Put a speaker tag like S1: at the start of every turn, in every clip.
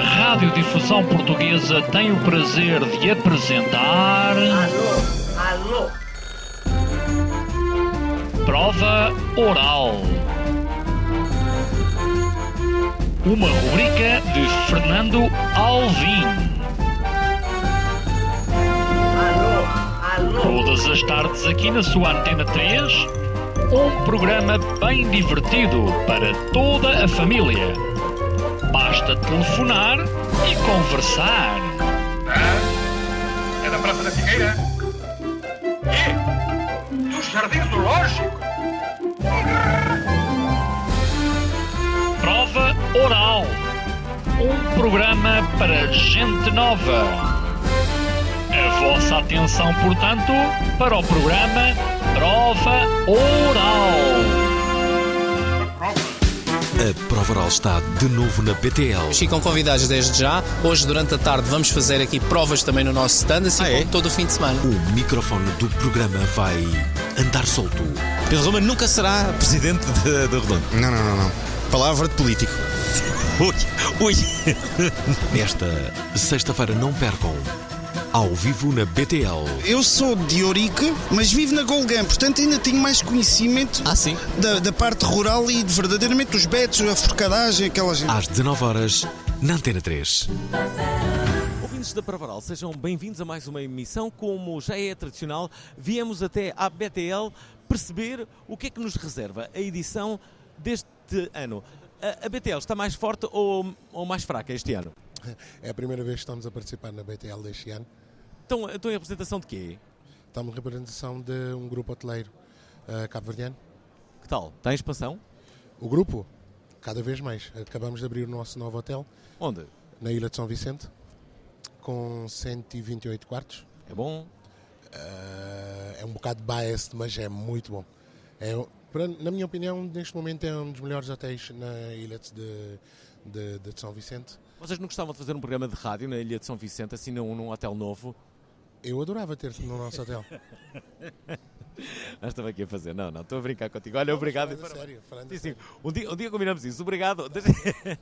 S1: Radiodifusão Portuguesa tem o prazer de apresentar.
S2: Alô, alô.
S1: Prova Oral. Uma rubrica de Fernando Alvim.
S2: Alô, alô.
S1: Todas as tardes aqui na sua Antena 3. Um programa bem divertido para toda a família. Basta telefonar e conversar.
S3: Hã? É da Praça da Figueira? E? Do Jardim Zoológico?
S1: Prova Oral. Um programa para gente nova. A vossa atenção, portanto, para o programa Prova Oral.
S4: A prova oral está de novo na BTL.
S5: Ficam convidados desde já. Hoje, durante a tarde, vamos fazer aqui provas também no nosso stand, assim
S4: Ah, é?
S5: como todo o fim de semana.
S4: O microfone do programa vai andar solto.
S6: Pedro Roma nunca será presidente da da Redondo.
S7: Não, não, não, não.
S6: Palavra de político. Ui, ui.
S4: Nesta sexta-feira, não percam. Ao vivo na BTL.
S7: Eu sou de Ourique, mas vivo na Golgã, portanto ainda tenho mais conhecimento
S6: Ah, sim.
S7: da, da parte rural e de verdadeiramente os betos, a forcadagem, aquela gente.
S4: Às 19 horas na Antena 3.
S8: Ouvintes da Pravaral, sejam bem-vindos a mais uma emissão. Como já é tradicional, viemos até à BTL perceber o que é que nos reserva a edição deste ano. A, a BTL está mais forte ou, ou mais fraca este ano?
S9: É a primeira vez que estamos a participar na BTL deste ano.
S8: Estão, estão Então, em representação de quê?
S9: Estamos em representação de um grupo hoteleiro eh, cabo-verdiano.
S8: Que tal? Está em expansão?
S9: O grupo, cada vez mais. Acabamos de abrir o nosso novo hotel
S8: Onde?
S9: na Ilha de São Vicente, com 128 quartos.
S8: É bom?
S9: Eh, é um bocado biased, mas é muito bom. É, para- na minha opinião, neste momento é um dos melhores hotéis na Ilha de, de, de São Vicente.
S8: Vocês não gostavam de fazer um programa de rádio na Ilha de São Vicente, assim num, num hotel novo?
S9: Eu adorava ter-te no nosso hotel.
S8: Nós Ah, estava aqui a fazer. Não, não, estou a brincar contigo. Olha, obrigado. e
S9: Falando a
S8: parabéns.
S9: sério, falando a
S8: Sim, sim.
S9: sério.
S8: Um dia, um dia combinamos isso. Obrigado. Deixa-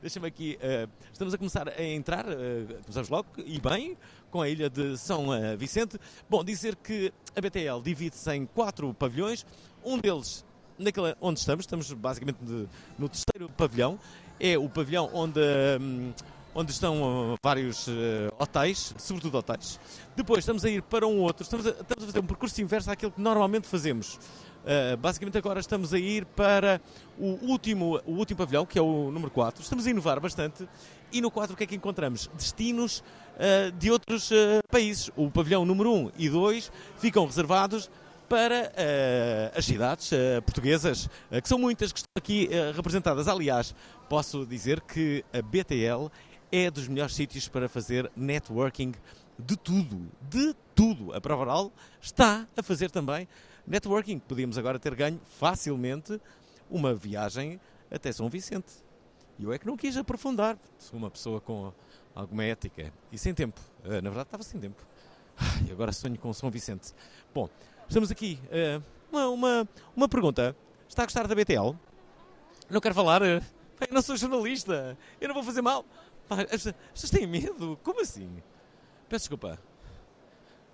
S8: Deixa-me aqui. eh, estamos a começar a entrar. eh, começamos logo e bem com a ilha de São eh, Vicente. Bom, dizer que a BTL divide-se em quatro pavilhões. Um deles, naquele onde estamos, estamos basicamente de- no terceiro pavilhão. É o pavilhão onde. hum, Onde estão eh, vários eh, hotéis, sobretudo hotéis. Depois estamos a ir para um outro, estamos a, estamos a fazer um percurso inverso àquilo que normalmente fazemos. Uh, basicamente agora estamos a ir para o último, o último pavilhão, que é o número 4. Estamos a inovar bastante. E no 4 o que é que encontramos? Destinos uh, de outros uh, países. O pavilhão número 1 e 2 ficam reservados para uh, as cidades uh, portuguesas, uh, que são muitas que estão aqui uh, representadas. Aliás, posso dizer que a BTL é dos melhores sítios para fazer networking de tudo, de tudo. A Prova Oral está a fazer também networking. Podíamos agora ter ganho facilmente uma viagem até São Vicente. E eu é que não quis aprofundar. Sou uma pessoa com alguma ética e sem tempo. Ah, Na verdade, estava sem tempo. Ai, agora sonho com São Vicente. Bom, estamos aqui. Ah, Uma, uma, uma pergunta. Está a gostar da BTL? Não quero falar. eh, pá, Eu não sou jornalista. Eu não vou fazer mal. Pá, As pessoas as pessoas têm medo. Como assim? Peço desculpa.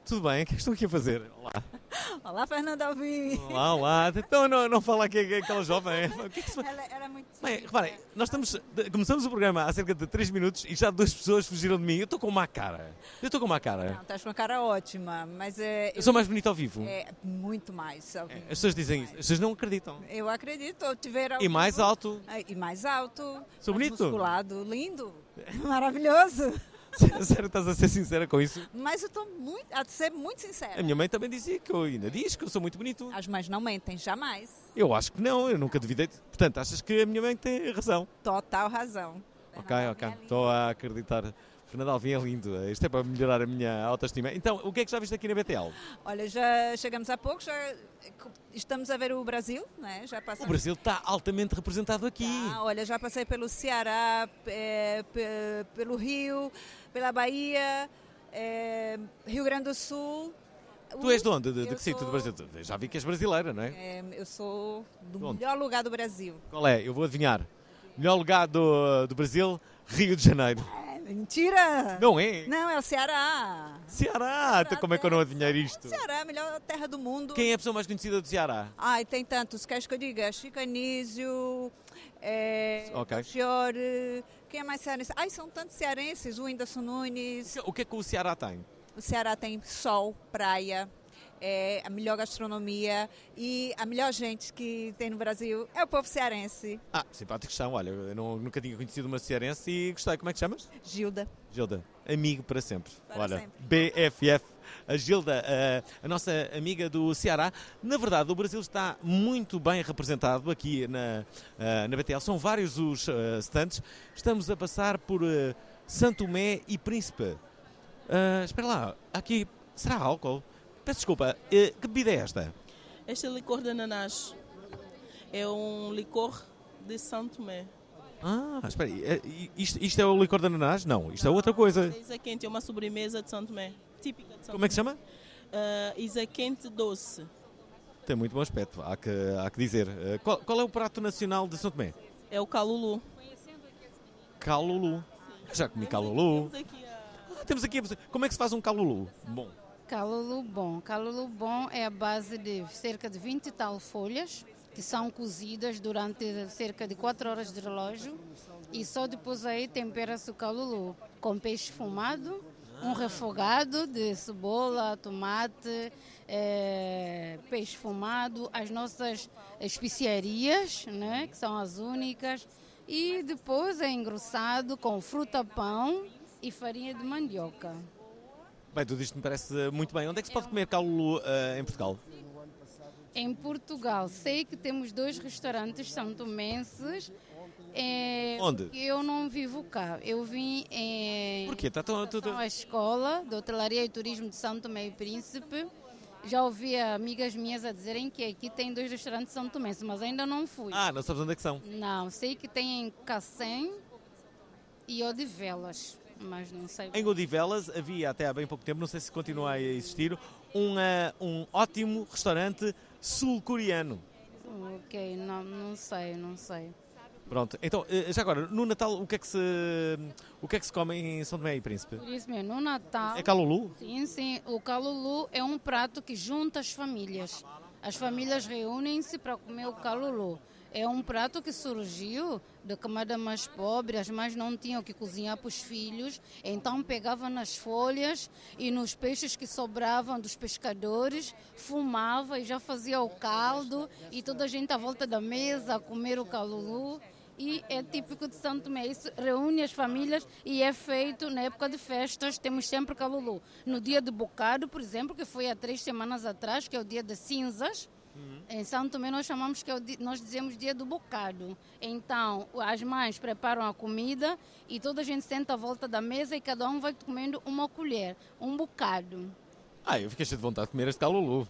S8: Tudo bem, o que é que estou aqui a fazer? Olá.
S10: Olá, Fernanda Alvim.
S8: Olá, olá. Então não, não fala que é aquela jovem. O que é que se...
S10: Ela, ela é muito.
S8: Bem,
S10: tímida.
S8: reparem, nós estamos, de- começamos o programa há cerca de 3 minutos e já duas pessoas fugiram de mim. Eu estou com uma cara. Eu estou com uma cara.
S10: Não, estás com tá, uma cara ótima, mas é.
S8: Eu sou mais bonito ao vivo.
S10: É muito mais. Alvim,
S8: As pessoas dizem isso.
S10: muito
S8: As pessoas não acreditam.
S10: mais. Eu acredito, eu tiver. ao
S8: E mais
S10: vivo-
S8: alto.
S10: Ah, E mais alto.
S8: Sou
S10: mais
S8: bonito?
S10: Musculado, lindo, maravilhoso.
S8: Sério, estás a ser sincera com isso?
S10: Mas eu estou muito. A ser muito sincera.
S8: A É, minha mãe também dizia que eu ainda diz que eu sou muito bonito.
S10: As mães não mentem, jamais.
S8: Eu acho que não, eu nunca duvidei. Portanto, achas que a minha mãe tem razão?
S10: Total razão.
S8: Ok,
S10: Fernanda
S8: ok.
S10: Alvim é linda.
S8: Estou a acreditar. Fernando Alvim é lindo. Isto é para melhorar a minha autoestima. Então, o que é que já viste aqui na BTL?
S10: Olha, já chegamos há pouco, já estamos a ver o Brasil, né? Já
S8: O
S10: passamos.
S8: Brasil está altamente representado aqui.
S10: Ah, olha, já passei pelo Ceará, eh, pe- pelo Rio, pela Bahia, eh, Rio Grande do Sul.
S8: Tu és de onde? De, de
S10: Eu
S8: que sítio do
S10: sou-
S8: Brasil? Tu- Já vi que és brasileira, não é?
S10: Eh, eu sou do
S8: De onde?
S10: melhor lugar do Brasil.
S8: Qual é? Eu vou adivinhar. Melhor lugar do, do Brasil, Rio de Janeiro.
S10: Mentira!
S8: Não é?
S10: Não, é o Ceará.
S8: Ceará! Então como é que eu não adivinhar isto?
S10: Ceará é a melhor terra do mundo.
S8: Quem é a pessoa mais conhecida do Ceará?
S10: Ai, tem tantos. Queres que eu diga? Chico Anísio, é,
S8: Ok.
S10: Gior, eh, quem é mais cearense? Ai, são tantos cearenses. O Whindersson Nunes.
S8: O que é que o Ceará tem?
S10: O Ceará tem sol, praia, é, a melhor gastronomia e a melhor gente que tem no Brasil é o povo cearense.
S8: Ah, simpáticos são. Olha, eu não- nunca tinha conhecido uma cearense e gostei. Como é que te chamas?
S10: Gilda.
S8: Gilda, amigo para sempre.
S10: Para
S8: Olha,
S10: sempre.
S8: BFF. A Gilda, eh, a, nossa amiga do Ceará. Na verdade, o Brasil está muito bem representado aqui na, eh, na BTL. São vários os eh, stands. Estamos a passar por eh, Santo Tomé e Príncipe. Eh, espera lá, aqui será álcool? Peço desculpa, eh, que bebida é esta?
S11: Este licor de ananás é um licor de São Tomé.
S8: Ah, espera aí, eh, isto, isto é o licor de ananás? Não, isto é outra coisa.
S11: Isa quente é uma sobremesa de São Tomé, típica de São
S8: Como é que se
S11: Tomé. Ah, isa quente doce.
S8: Tem muito bom aspecto, há que, há que dizer. Eh, qual, qual é o prato nacional de São Tomé?
S11: É o calulu.
S8: Calulu. Já comi calulu. Ah, Temos aqui. a- Como é que se faz um calulu? Bom,
S12: Calulu bom. Calulu bom é a base de cerca de 20 e tal folhas que são cozidas durante cerca de 4 horas de relógio e só depois aí tempera-se o calulu com peixe fumado, um refogado de cebola, tomate, eh, peixe fumado, as nossas especiarias, né, que são as únicas, e depois é engrossado com fruta pão e farinha de mandioca.
S8: bem, tudo isto me parece eh, muito bem. Onde é que se pode comer calulu eh, em Portugal?
S12: Em Portugal, sei que temos dois restaurantes são tomenses. É,
S8: Onde?
S12: que Eu não vivo cá. Eu vim em
S8: Por quê? Tá tão- tão- tão-
S12: a escola de hotelaria e turismo de São Tomé e Príncipe. Já ouvi amigas minhas a dizerem que aqui tem dois restaurantes são tomenses, mas ainda não fui.
S8: Ah, não sabes onde é que são.
S12: Não, sei que tem em Cacém e Odivelas, mas não sei.
S8: Em Godivelas havia até há bem pouco tempo, não sei se continua a existir, um, eh, um ótimo restaurante sul-coreano.
S12: Ok, é, não, não sei, não sei.
S8: Pronto, então, eh, já agora, no Natal, o que é que se, o que é que se come em São Tomé e Príncipe?
S12: Por isso mesmo, no Natal.
S8: É calulu?
S12: Sim, sim. O calulu é um prato que junta as famílias. As famílias reúnem-se para comer o calulu. É um prato que surgiu da camada mais pobre, as mães não tinham que cozinhar para os filhos, então pegava nas folhas e nos peixes que sobravam dos pescadores, fumava e já fazia o caldo e toda a gente à volta da mesa a comer o calulu. E é típico de Santo Tomé. Isso reúne as famílias e é feito na época de festas. Temos sempre calulu. No dia do bocado, por exemplo, que foi há três semanas atrás, que é o dia das cinzas, em Santo Tomé nós chamamos que é o di- nós dizemos dia do bocado. Então, as mães preparam a comida e toda a gente senta à volta da mesa e cada um vai comendo uma colher, um bocado.
S8: Ah, eu fiquei cheio de vontade de comer este calulu.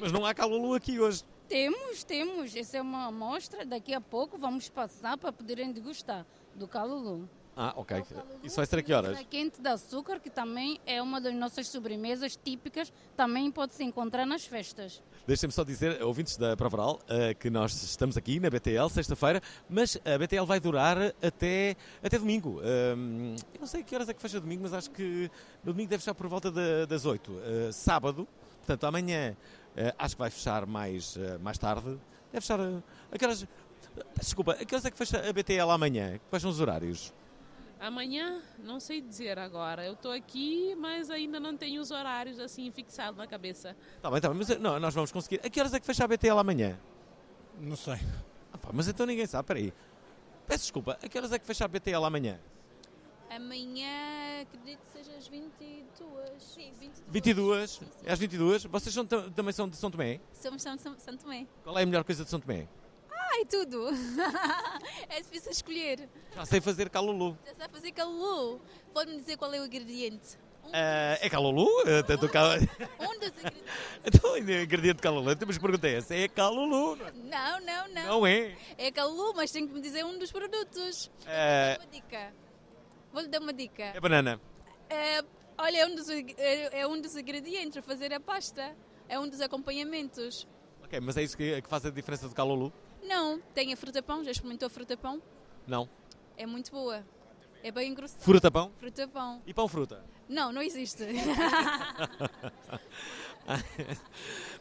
S8: Mas não há calulu aqui hoje.
S12: Temos, temos. Essa é uma amostra. Daqui a pouco vamos passar para poderem degustar do calulu.
S8: Ah, ok. Isso vai ser a que horas?
S12: A quente de açúcar, que também é uma das nossas sobremesas típicas, também pode-se encontrar nas festas.
S8: Deixem-me só dizer, ouvintes da Provaral, eh, que nós estamos aqui na BTL, sexta-feira, mas a BTL vai durar até, até domingo. Ahm, eu não sei que horas é que fecha domingo, mas acho que no domingo deve fechar por volta da- das 8. Eh, sábado, portanto, amanhã eh, acho que vai fechar mais, eh, mais tarde. Deve fechar. eh, a que horas- Peço Desculpa, a que horas é que fecha a BTL amanhã? Quais são os horários?
S13: Amanhã, não sei dizer agora. Eu tô aqui, mas ainda não tenho os horários assim fixados na cabeça.
S8: Está bem, está bem, mas eh, não, nós vamos conseguir. A que horas é que fecha a BTL amanhã?
S14: Não sei.
S8: Ah, pá, mas então ninguém sabe, peraí. Peço desculpa, a que horas é que fecha a BTL amanhã?
S2: Amanhã, acredito que seja às 22. Sim, 22.
S8: 22, é às 22. Vocês são tam- também são de São Tomé?
S2: Somos São, São, São Tomé.
S8: Qual é a melhor coisa de São Tomé?
S2: Ai, tudo! é difícil escolher.
S8: Já sei fazer calulu.
S2: Já sabe fazer calulu. Pode-me dizer qual é o ingrediente?
S8: Ah, é calulu? Ah, Tanto cal...
S2: Um dos ingredientes.
S8: então, o ingrediente de calulu. Então, mas pergunta é essa. É calulu? não é?
S2: Não, não, não.
S8: Não é?
S2: É calulu, mas tem que me dizer um dos produtos.
S8: Ah,
S2: Uma dica. Vou-lhe dar uma dica.
S8: é banana.
S2: É, olha, é um, dos, ing- é, é um dos ingredientes para fazer a pasta. É um dos acompanhamentos.
S8: Ok, mas é isso que, que faz a diferença do calulu?
S2: Não, tem a fruta-pão. Já experimentou a fruta-pão?
S8: Não.
S2: É muito boa. É para engrossar.
S8: Fruta pão?
S2: Fruta pão.
S8: E pão fruta?
S2: Não, não existe.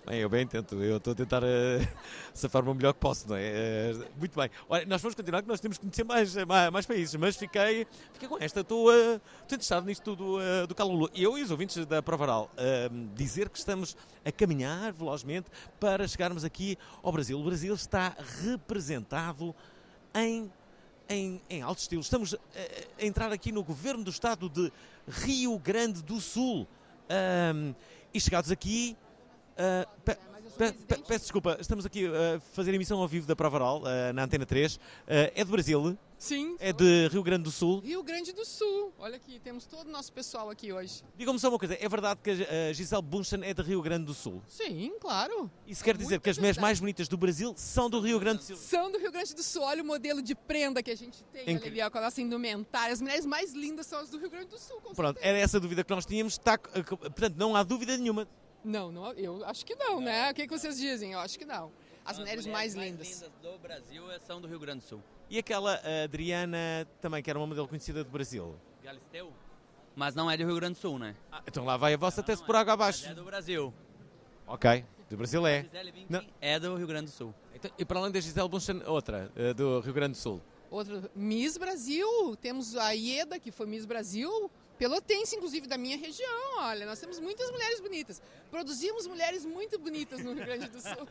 S8: bem, eu bem tento, eu estou a tentar eh, safar-me o melhor que posso, não é? Eh, muito bem. Olha, nós vamos continuar que nós temos que conhecer mais, eh, mais, mais países, mas fiquei, fiquei com esta, estou eh, estou interessado nisto tudo eh, do Calulu. Eu e os ouvintes da Provaral eh, dizer que estamos a caminhar velozmente para chegarmos aqui ao Brasil. O Brasil está representado em em, em alto estilo. Estamos eh, a entrar aqui no governo do estado de Rio Grande do Sul. Ahm, e chegados aqui. ah, pe- pe- pe- peço desculpa, estamos aqui a fazer emissão ao vivo da Provaral ah, na Antena 3. Ah, é do Brasil?
S14: Sim.
S8: É de Rio Grande do Sul?
S14: Rio Grande do Sul. Olha aqui, temos todo o nosso pessoal aqui hoje.
S8: Diga-me só uma coisa: é verdade que a Gi- a Gisele Bunchen é de Rio Grande do Sul?
S14: Sim, claro.
S8: Isso quer dizer que as mulheres mais bonitas do Brasil são do Rio Grande do Sul?
S14: São do Rio Grande do Sul. Olha o modelo de prenda que a gente tem,
S8: Incrível.
S14: olha ali, ó, com a nossa indumentária. As mulheres mais lindas são as do Rio Grande do Sul. com
S8: Pronto, era essa a dúvida que nós tínhamos. Está, eh, co- portanto, não há dúvida nenhuma.
S14: Não, não, eu acho que não, né? O que, que vocês dizem? Eu acho que não. As mulheres, mais, lindas.
S15: do Brasil eh, são do Rio Grande do Sul.
S8: E aquela eh, Adriana, também, que era uma modelo conhecida do Brasil?
S15: Galisteu? Mas não é do Rio Grande do Sul, né?
S8: Então lá vai a vossa até-se por água abaixo.
S15: É do Brasil.
S8: Ok, do Brasil é.
S15: Gisele Bündchen
S8: Não.
S15: É do Rio Grande do Sul.
S8: Então, e para além da Gisele Bunchen, outra, eh, do Rio Grande do Sul.
S14: Outro, Miss Brasil. Temos a Ieda, que foi Miss Brasil. Pelotense, inclusive, da minha região. Olha, nós temos muitas mulheres bonitas. Produzimos mulheres muito bonitas no Rio Grande do Sul.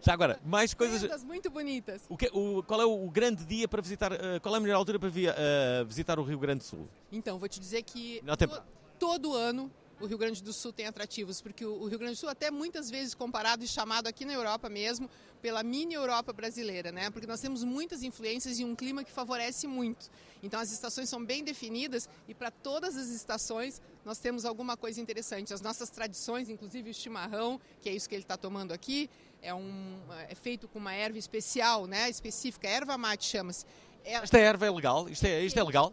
S8: Já agora, mais coisas.
S14: Prendas muito bonitas.
S8: O que, o, qual é o grande dia para visitar? eh, qual é a melhor altura para via- eh, visitar o Rio Grande do Sul?
S14: Então, vou te dizer que
S8: Não tem
S14: to-
S8: pra-
S14: todo ano o Rio Grande do Sul tem atrativos, porque o o Rio Grande do Sul até muitas vezes comparado e chamado aqui na Europa mesmo pela mini Europa brasileira, né? Porque nós temos muitas influências e um clima que favorece muito. Então as estações são bem definidas e para todas as estações nós temos alguma coisa interessante. As nossas tradições, inclusive o chimarrão, que é isso que ele está tomando aqui, é, um, é feito com uma erva especial, né? Específica, erva mate chama-se. É-
S8: Esta erva é legal? Isto é, isto é legal?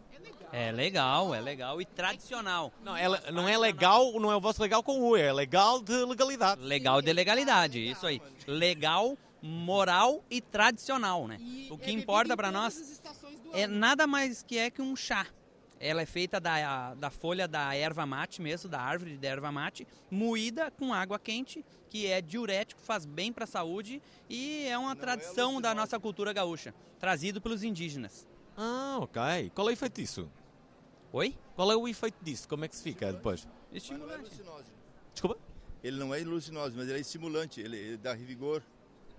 S15: É legal, é legal e tradicional.
S8: Não é, le- não é legal, não é o vosso legal com U, é legal de legalidade.
S15: Legal de legalidade, isso aí. Legal, moral e tradicional, né? o
S14: é
S15: que importa para nós é nada mais que é que um chá. Ela é feita da, da folha da erva mate mesmo, da árvore da erva mate, moída com água quente, que é diurético, faz bem para a saúde e é uma tradição da nossa cultura gaúcha, trazido pelos indígenas.
S8: Ah, ok. Qual é o efeito disso?
S15: Oi?
S8: Qual é o efeito disso? Como é que se fica depois?
S16: Estimulante.
S8: Desculpa?
S16: Ele não é alucinógeno, mas ele é estimulante, ele, ele dá vigor.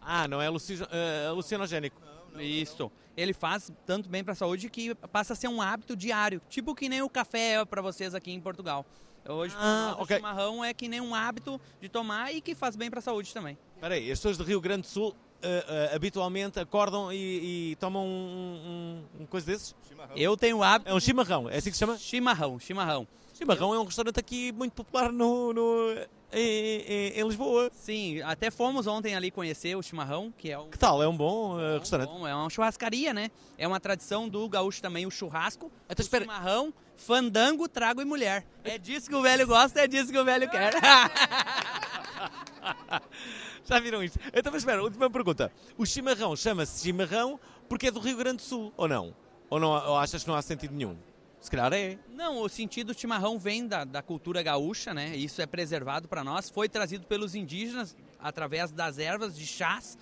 S8: Ah, não é alucino- eh, alucinogénico.
S15: Isso. Ele faz tanto bem para a saúde que passa a ser um hábito diário, tipo que nem o café é para vocês aqui em Portugal. Hoje pra
S8: Ah,
S15: nós, o
S8: ok.
S15: chimarrão é que nem um hábito de tomar e que faz bem para a saúde também.
S8: Espera aí, as pessoas do Rio Grande do Sul eh, eh, habitualmente acordam e, e tomam um, um- um coisa desses?
S15: Eu tenho o hábito.
S8: É um chimarrão, é assim que se chama?
S15: Chimarrão, chimarrão.
S8: Chimarrão é um restaurante aqui muito popular no, no- em, em- em Lisboa.
S15: Sim, até fomos ontem ali conhecer o chimarrão, que é um
S8: Que tal? É um bom eh, restaurante.
S15: Bom, é uma churrascaria, né? É uma tradição do gaúcho também, o churrasco, o chimarrão, fandango, trago e mulher. É disso que o velho gosta, é disso que o velho quer.
S8: Já viram isto? Então, mas espera, última pergunta. O chimarrão chama-se chimarrão porque é do Rio Grande do Sul, ou não? Ou, não, ou achas que não há sentido nenhum? Se calhar é.
S15: Não, o sentido chimarrão vem da, da cultura gaúcha, né? Isso é preservado para nós. Foi trazido pelos indígenas através das ervas de chás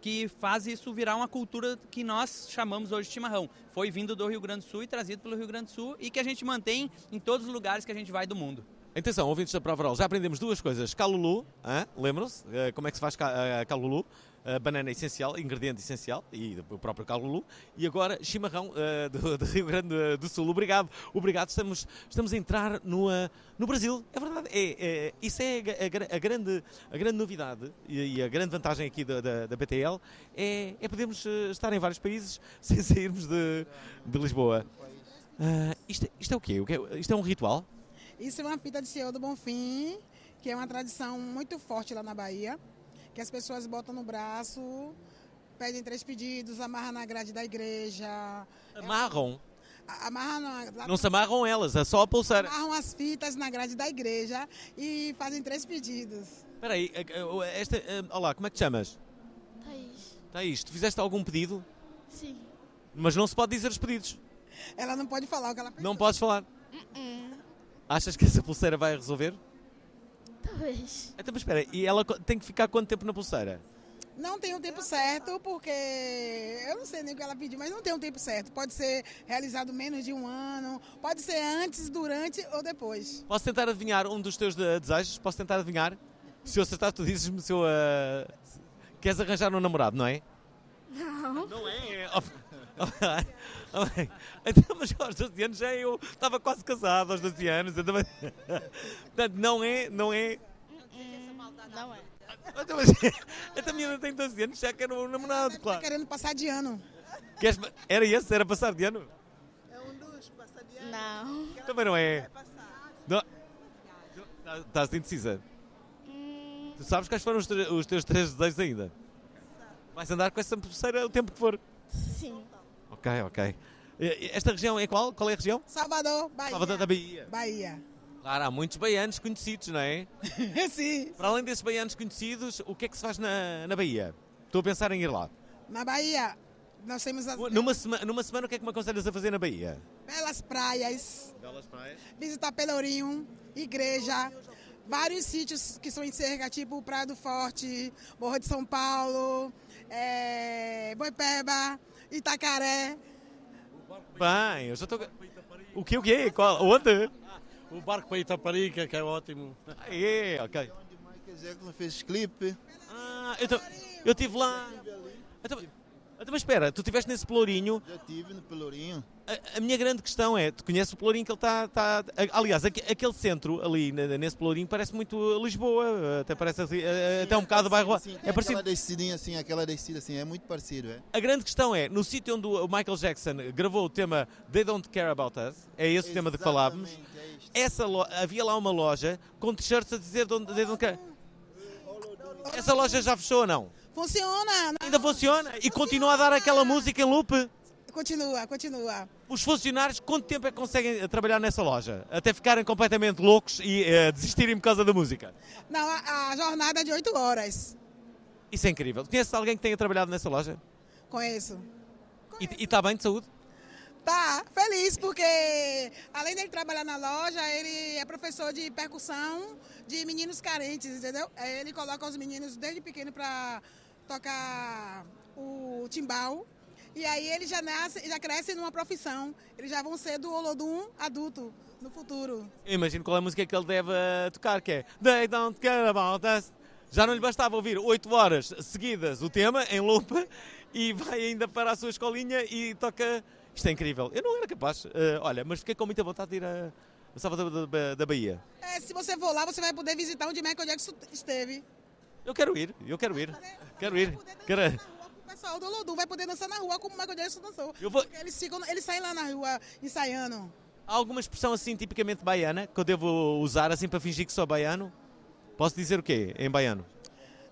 S15: que faz isso virar uma cultura que nós chamamos hoje de chimarrão. Foi vindo do Rio Grande do Sul e trazido pelo Rio Grande do Sul e que a gente mantém em todos os lugares que a gente vai do mundo.
S8: Atenção, ouvintes da Provarol, já aprendemos duas coisas. Calulu, hã? lembram-se? eh, como é que se faz ca- eh, calulu? Eh, banana essencial, ingrediente essencial e o próprio calulu. E agora, chimarrão eh, do, do Rio Grande do Sul. Obrigado, obrigado. Estamos, estamos a entrar no, eh, no Brasil. É verdade, é, é, isso é a gra- a, gra- a grande, a grande novidade e, e a grande vantagem aqui da, da, da BTL é, é podermos eh, estar em vários países sem sairmos de, de Lisboa. Ah, isto, isto é o quê? O que é- Isto é um ritual?
S17: Isso é uma pita de Senhor do Bonfim, que é uma tradição muito forte lá na Bahia, que as pessoas botam no braço, pedem três pedidos, amarram na grade da igreja,
S18: É um
S17: É,
S8: Amarram.
S17: a- amarram na, lá-
S8: Não se amarram elas, é só a pulseira.
S17: amarram as fitas na grade da igreja e fazem três pedidos.
S8: Espera aí, eh, eh, esta. eh, Olá, como é que te chamas?
S19: Thaís.
S8: Está isto, fizeste algum pedido?
S19: Sim.
S8: Mas não se pode dizer os pedidos.
S18: Ela não pode falar o que ela pensa.
S8: Não podes falar. Achas que essa pulseira vai resolver?
S18: Talvez.
S8: Então, mas espera, e ela co- tem que ficar quanto tempo na pulseira?
S18: Não tem o tempo certo, porque eu não sei nem o que ela pediu, mas não tem o tempo certo. Pode ser realizado menos de um ano, pode ser antes, durante ou depois.
S8: Posso tentar adivinhar um dos teus de- desejos? Posso tentar adivinhar? Se eu acertar, tu dizes-me se eu. ah, se- Queres arranjar um namorado, não é?
S20: Não. Não
S8: é. então, mas aos 12 anos já eu estava quase casado aos 12 anos. eu também- Portanto, não é, não é.
S18: Não é.
S8: Então, mas... Então, a minha tem 12 anos, já quero um namorado,
S18: Tá
S8: claro.
S18: querendo passar de ano.
S8: Queres... Era esse? Era passar de ano?
S18: É um Não.
S8: Também não é. Não. Tá- Estás indecisa. Tu sabes quais foram os, tre- os teus três desejos ainda? Vais andar com essa pulseira o tempo que for.
S18: Sim.
S8: Ok, ok. E- e Esta região é qual? Qual é a região?
S18: Salvador, Bahia.
S8: Salvador da Bahia.
S18: Bahia.
S8: Claro, há muitos baianos conhecidos, não é?
S18: Sim.
S8: Para além desses baianos conhecidos, o que é que se faz na, na Bahia? Estou a pensar em ir lá.
S18: Na Bahia, nós temos as
S8: Numa, sema- numa semana, o que é que me aconselhas a fazer na Bahia?
S18: belas praias.
S8: Belas praias.
S18: visitar Pelourinho, igreja, vários sítios que são em cerca, tipo Praia do Forte, Morro de São Paulo, eh, Boipeba, Itacaré.
S8: Bem, eu já estou. O que, o quê? Qual? Onde?
S14: O barco para Itaparica, que é ótimo.
S8: Aê, é,
S14: É
S8: ok.
S14: Não fez clipe.
S8: Ah, eu, ta- eu estive lá. Então, então, mas espera, tu estiveste nesse Pelourinho.
S14: Já estive no Pelourinho.
S8: A, a minha grande questão é: tu conheces o Pelourinho que ele está. Tá, a- aliás, aque- aquele centro ali, na- nesse Pelourinho, parece muito Lisboa. Até parece assim, eh, até um bocado o bairro.
S14: Ah, Sim, tem
S8: É parecido.
S14: assim, Aquela descidinha assim, aquela descida assim, é muito parecido, é?
S8: A grande questão é: no sítio onde o Michael Jackson gravou o tema They Don't Care About Us, é esse o tema de que falávamos,
S14: é
S8: essa lo- havia lá uma loja com t-shirts a dizer don't- They Don't Care.
S14: Ah!
S8: Essa loja já fechou ou não?
S18: Funciona, né?
S8: Ainda funciona e continua a dar aquela música em loop.
S18: Continua, continua.
S8: Os funcionários, quanto tempo é que conseguem eh, trabalhar nessa loja? Até ficarem completamente loucos e eh, desistirem por causa da música.
S18: Não, a, a jornada é de oito horas,
S8: Isso é incrível. Conheces alguém que tenha trabalhado nessa loja?
S18: conheço.
S8: E e está bem de saúde?
S18: Tá, feliz porque além dele trabalhar na loja, ele é professor de percussão de meninos carentes, entendeu? Aí Ele coloca os meninos desde pequeno pra tocar o timbal. E aí ele já nasce, já cresce numa profissão. Eles já vão ser do Olodum adulto no futuro.
S8: Eu imagino qual é a música que ele deve eh, tocar, que é They Don't Care About Us. Já não lhe bastava ouvir 8 horas seguidas o tema em loop e vai ainda para a sua escolinha e toca. Isto é incrível. Eu não era capaz. eh, olha, mas fiquei com muita vontade de ir a a Salvador da- da- da Bahia.
S18: É, se você for lá, você vai poder visitar onde Michael Jackson esteve.
S8: Eu quero ir, eu quero ir. Quero ir. Quero...
S18: O pessoal do Olodum vai poder dançar na rua como Michael Jackson dançou.
S8: Eu vou-
S18: Porque Eles, ficam, eles saem lá na rua ensaiando.
S8: Há alguma expressão assim tipicamente baiana que eu devo usar assim para fingir que sou baiano? Posso dizer o quê em baiano?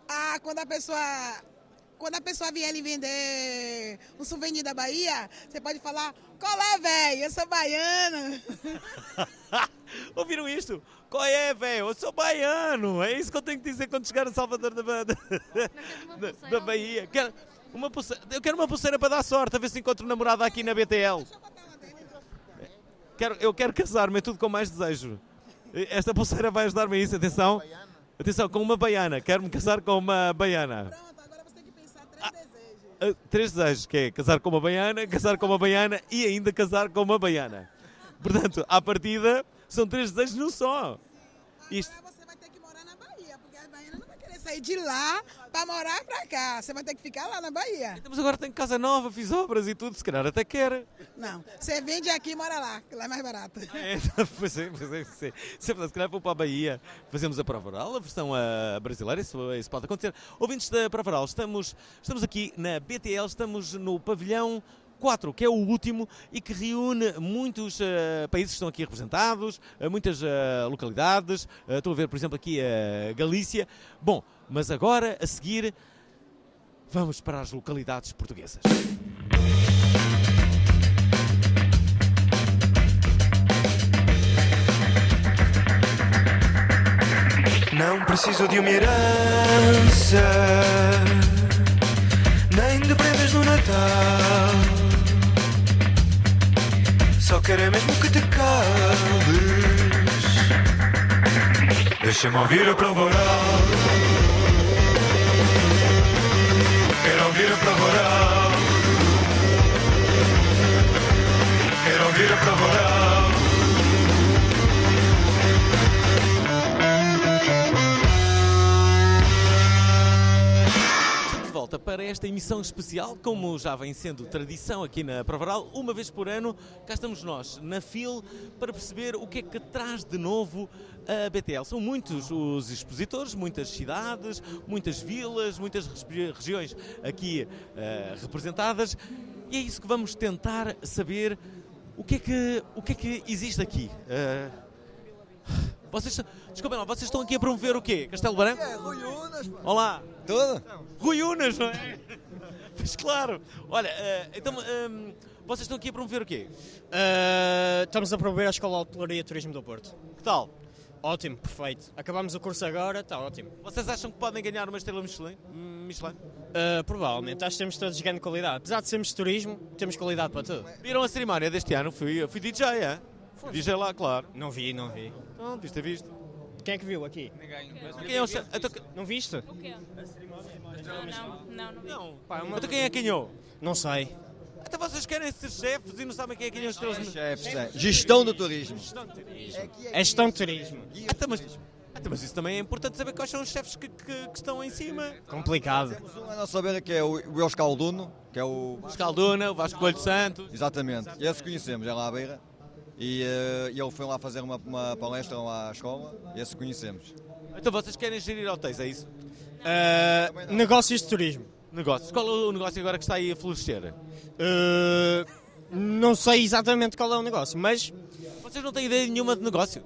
S18: Ah, quando a pessoa. Quando a pessoa vier lhe vender um souvenir da Bahia, você pode falar, colé, velho, eu sou baiana.
S8: Ouviram isto? Qual é, velho? Eu sou baiano. É isso que eu tenho que dizer quando chegar a Salvador da, Ba- da, da- da Bahia. Quero uma pulseira, eu quero uma pulseira para dar sorte, a ver se encontro um namorado aqui na BTL. Quero, eu quero casar-me, é tudo com mais desejo. Esta pulseira vai ajudar-me a isso, atenção. Atenção, com uma baiana. Quero-me casar com uma baiana. Ah, três desejos, que é casar com uma baiana, casar com uma baiana e ainda casar com uma baiana. Portanto, à partida, são três desejos num só. Isto,
S18: Querer sair de lá pra morar pra cá. Você vai ter que ficar lá na Bahia.
S8: mas agora tenho casa nova, fiz obras e tudo, se calhar até quer.
S18: Não, você vende aqui e mora lá, que lá é mais barato.
S8: É, pois é, pois é, pois é. Se se calhar vou para a Bahia, fazemos a prova oral, a versão ah, brasileira, isso, isso pode acontecer. Ouvintes da prova oral, estamos, estamos aqui na BTL, estamos no pavilhão 4, que é o último e que reúne muitos ah, países que estão aqui representados, ah, muitas ah, localidades. Ah, estou a ver, por exemplo, aqui a Galícia. Bom, mas agora, a seguir, vamos para as localidades portuguesas.
S21: Não preciso de uma herança, nem de prendas no Natal.
S22: Só quero é mesmo que te cales Deixa-me ouvir a prova oral Quero ouvir a prova oral Quero ouvir a prova oral
S8: de volta para esta emissão especial, como já vem sendo tradição aqui na Provaral, uma vez por ano, cá estamos nós, na FIL, para perceber o que é que traz de novo a BTL. São muitos os expositores, muitas cidades, muitas vilas, muitas respi- regiões aqui eh, representadas, e é isso que vamos tentar saber o que é que, o que, é que existe aqui. Eh, vocês, desculpem lá, vocês estão aqui a promover o quê? Castelo Branco? Olá! Tudo? Rui Unas, não é? Pois claro! Olha, eh, então ehm, vocês estão aqui a promover o quê?
S19: Eh, estamos a promover a Escola de Hotelaria e Turismo do Porto.
S8: Que tal?
S19: Ótimo, perfeito. Acabamos o curso agora, está ótimo.
S8: Vocês acham que podem ganhar uma estrela Michelin? Michelin?
S19: Eh, provavelmente, acho que temos todos grande qualidade. Apesar de sermos de turismo, temos qualidade para tudo.
S8: Viram a cerimónia deste ano? Fui, fui DJ, é? Fui DJ lá, claro.
S19: Não vi, não vi.
S8: Não, devias ter visto.
S19: Quem é que viu aqui?
S8: Ninguém. Quem é o cha- então que-
S19: Não viste?
S13: O quê? Não, não, não. Não,
S19: Pá, é uma-
S8: Então quem é que ganhou?
S19: Não sei.
S8: Até vocês querem ser chefes e não sabem quem é que ganhou as estrelas Michelin?
S19: é. Gestão do turismo. É gestão de turismo.
S8: Até Ah, tá, mas, até mas isso também é importante saber quais são os chefes que, que- que estão em cima.
S19: Complicado.
S23: A nossa beira que é o o Escalduno, que é o...
S8: Escalduna, o Vasco Coelho Santos.
S23: Exatamente, esse conhecemos, é lá à beira. E eh, ele foi lá fazer uma, uma palestra lá à escola, esse conhecemos.
S8: Então vocês querem gerir hotéis, é isso?
S19: Eh, negócios de turismo.
S8: Negócios. Qual é o negócio agora que está aí a florescer?
S19: Eh, não sei exatamente qual é o negócio, mas.
S8: Vocês não têm ideia nenhuma de negócio?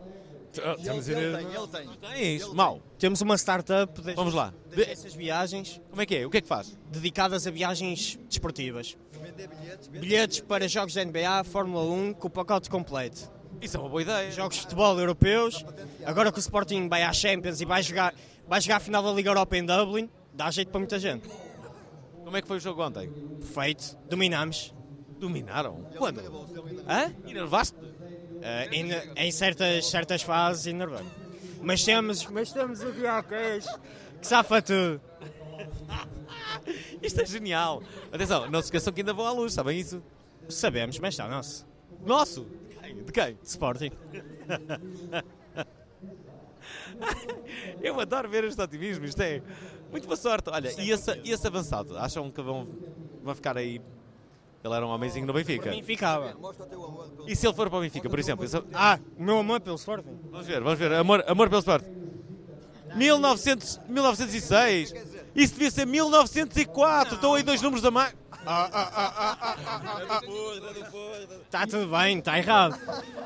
S8: Ah, Temos ideia de-
S23: ele tem.
S8: Tens, mal.
S19: Temos uma startup. de-
S8: Vamos lá.
S19: de- Essas viagens.
S8: Como é que é? O que é que faz?
S19: Dedicadas a viagens desportivas. Bilhetes para jogos da NBA, Fórmula 1, com o pacote completo.
S8: Isso é uma boa ideia.
S19: Jogos de futebol europeus. Agora que o Sporting vai à Champions e vai jogar, vai jogar a final da Liga Europa em Dublin, dá jeito para muita gente.
S8: Como é que foi o jogo ontem?
S19: Perfeito. Dominamos.
S8: Dominaram? Quando? Hã? Enervaste?
S19: Eh, em, em certas, certas fases, enervei. Mas temos, mas temos o Guiacães, que safa tudo.
S8: Isto é genial. Atenção, não se esqueçam que ainda vão à luz, sabem isso?
S19: Sabemos, mas está nosso.
S8: Nosso? De quem? De
S19: Sporting.
S8: Eu adoro ver este otimismo, isto é muito boa sorte. Olha, e esse, e esse avançado? Acham que vão, vão ficar aí? Ele era um homenzinho no Benfica.
S19: Por mim ficava.
S8: E se ele for para o Benfica, por exemplo? Esse-
S19: Ah, o meu amor pelo Sporting.
S8: Vamos ver, vamos ver. Amor, amor pelo Sport. 1900, 1906. Isso devia ser 1904. Estão aí dois números a mais.
S19: Ah, Está Tá tudo bem, está errado.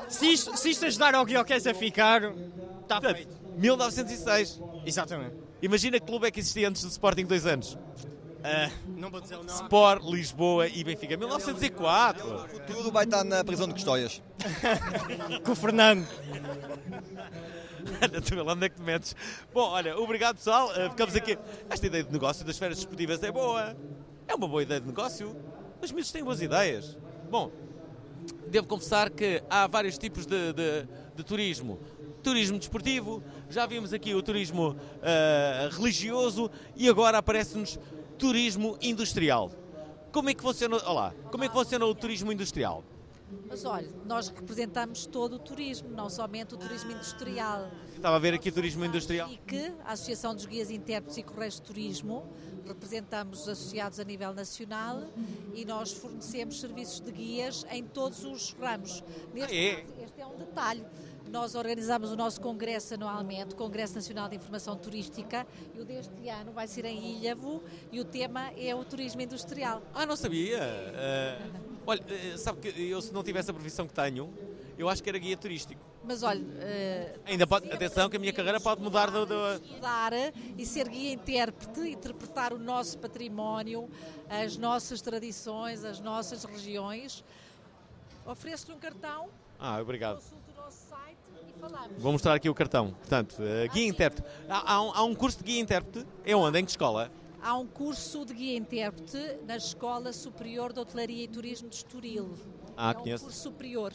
S19: Se isto, se isto ajudar ao Guiocães a ficar, está feito.
S8: 1906.
S19: Exatamente.
S8: Imagina que clube é que existia antes do Sporting dois anos.
S19: não vou dizer o nome.
S8: Sport, Lisboa e Benfica. 1904.
S23: Tudo vai estar na prisão de Custóias.
S19: Com o Fernando.
S8: Anda, também lá onde é que te metes. Bom, olha, obrigado pessoal. Eh, ficamos aqui. Esta ideia de negócio das férias desportivas é boa. É uma boa ideia de negócio. Os miúdos têm boas ideias. Bom, devo confessar que há vários tipos de, de- de turismo. Turismo desportivo, já vimos aqui o turismo eh, religioso e agora aparece-nos turismo industrial. Como é que funciona? Olá, como é que funciona o turismo industrial?
S24: Mas olha, nós representamos todo o turismo, não somente o turismo industrial.
S8: Estava a ver aqui turismo industrial.
S24: E que a Associação dos Guias Intérpretes e Correios de Turismo representamos os associados a nível nacional e nós fornecemos serviços de guias em todos os ramos. Neste
S21: Ah, é?
S24: caso, este é um detalhe. Nós organizamos o nosso congresso anualmente, Congresso Nacional de Informação Turística, e o deste ano vai ser em Ilhavo e o tema é o turismo industrial.
S8: Ah, não sabia. Eh, olha, eh, sabe que eu se não tivesse a profissão que tenho, eu acho que era guia turístico.
S24: Mas olha, eh,
S8: Ainda pode, atenção que a minha carreira pode mudar do, do-
S24: estudar e ser guia intérprete, interpretar o nosso património, as nossas tradições, as nossas regiões. Ofereço-lhe um cartão,
S8: Ah, obrigado.
S24: consulta o nosso site e falamos.
S8: Vou mostrar aqui o cartão. Portanto, eh, guia intérprete. Há, há um, há um curso de guia intérprete. É onde? Em que escola?
S24: Há um curso de guia intérprete na Escola Superior de Hotelaria e Turismo de Estoril.
S8: Ah,
S24: é um
S8: conheço.
S24: curso superior,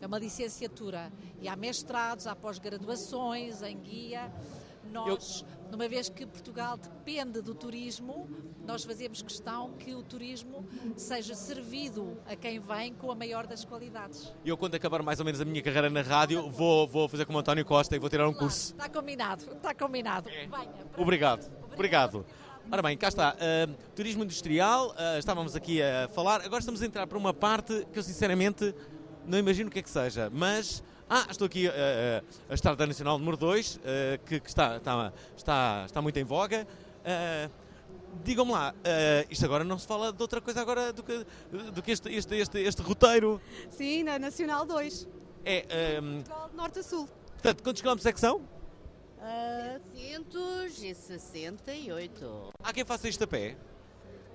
S24: é uma licenciatura. E há mestrados, há pós-graduações em guia. Nós, uma vez que Portugal depende do turismo, nós fazemos questão que o turismo seja servido a quem vem com a maior das qualidades.
S8: Eu, quando acabar mais ou menos a minha carreira na rádio, vou, vou fazer como António Costa e vou tirar um curso.
S24: Está combinado, está combinado.
S8: É.
S24: Venha.
S8: Obrigado. Obrigado. Ora bem, cá está. ah, turismo industrial, ah, estávamos aqui a falar. Agora estamos a entrar para uma parte que eu sinceramente não imagino o que é que seja. Mas. Ah, estou aqui ah, ah, a Estrada Nacional número 2, que, que está, está, está, está muito em voga. Ah, Digam-me lá, ah, isto agora não se fala de outra coisa agora do que, do que este, este, este, este roteiro.
S25: Sim, na Nacional 2,
S8: É, ah,
S25: de norte a sul.
S8: portanto, quantos quilómetros é que são?
S26: 768.
S8: Há quem faça isto a pé?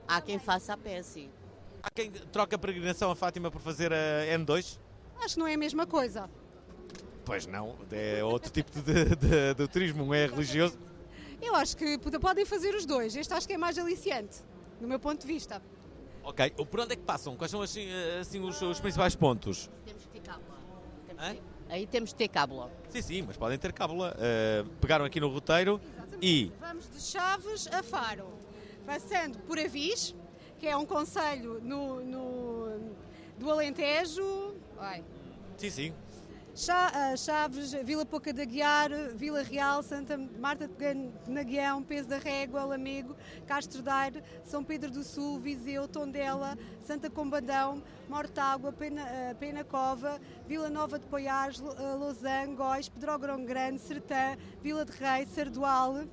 S26: Há quem faça a pé, sim.
S8: Há quem troca a peregrinação a Fátima por fazer a N2?
S25: Acho que não é a mesma coisa.
S8: Pois não, é outro tipo de, de- de turismo, um é religioso.
S25: Eu acho que pod- podem fazer os dois. Este acho que é mais aliciante, do meu ponto de vista.
S8: Ok, por onde é que passam? Quais são assim, eh, assim, os, os principais pontos?
S26: Temos que ter cábula. Temos que ter- Aí temos que ter cábula.
S8: Sim, sim, mas podem ter cábula. Eh, pegaram aqui no roteiro e.
S25: Vamos de Chaves a Faro, passando por Avis, que é um conselho no, no- do Alentejo. Ai,
S8: Sim, sim.
S25: Cha- ah, Chaves, Vila Pouca da Guiar, Vila Real, Santa Marta de Gan- Penaguião, Peso da Régua, Lamego, Castro Daire, São Pedro do Sul, Viseu, Tondela, Santa Combadão, Mortágua, Pena, ah, Penacova, Vila Nova de Poiares, Lo- ah, Lousã, Góis, Pedrógão Grande, Sertã, Vila de Rei, Sardual,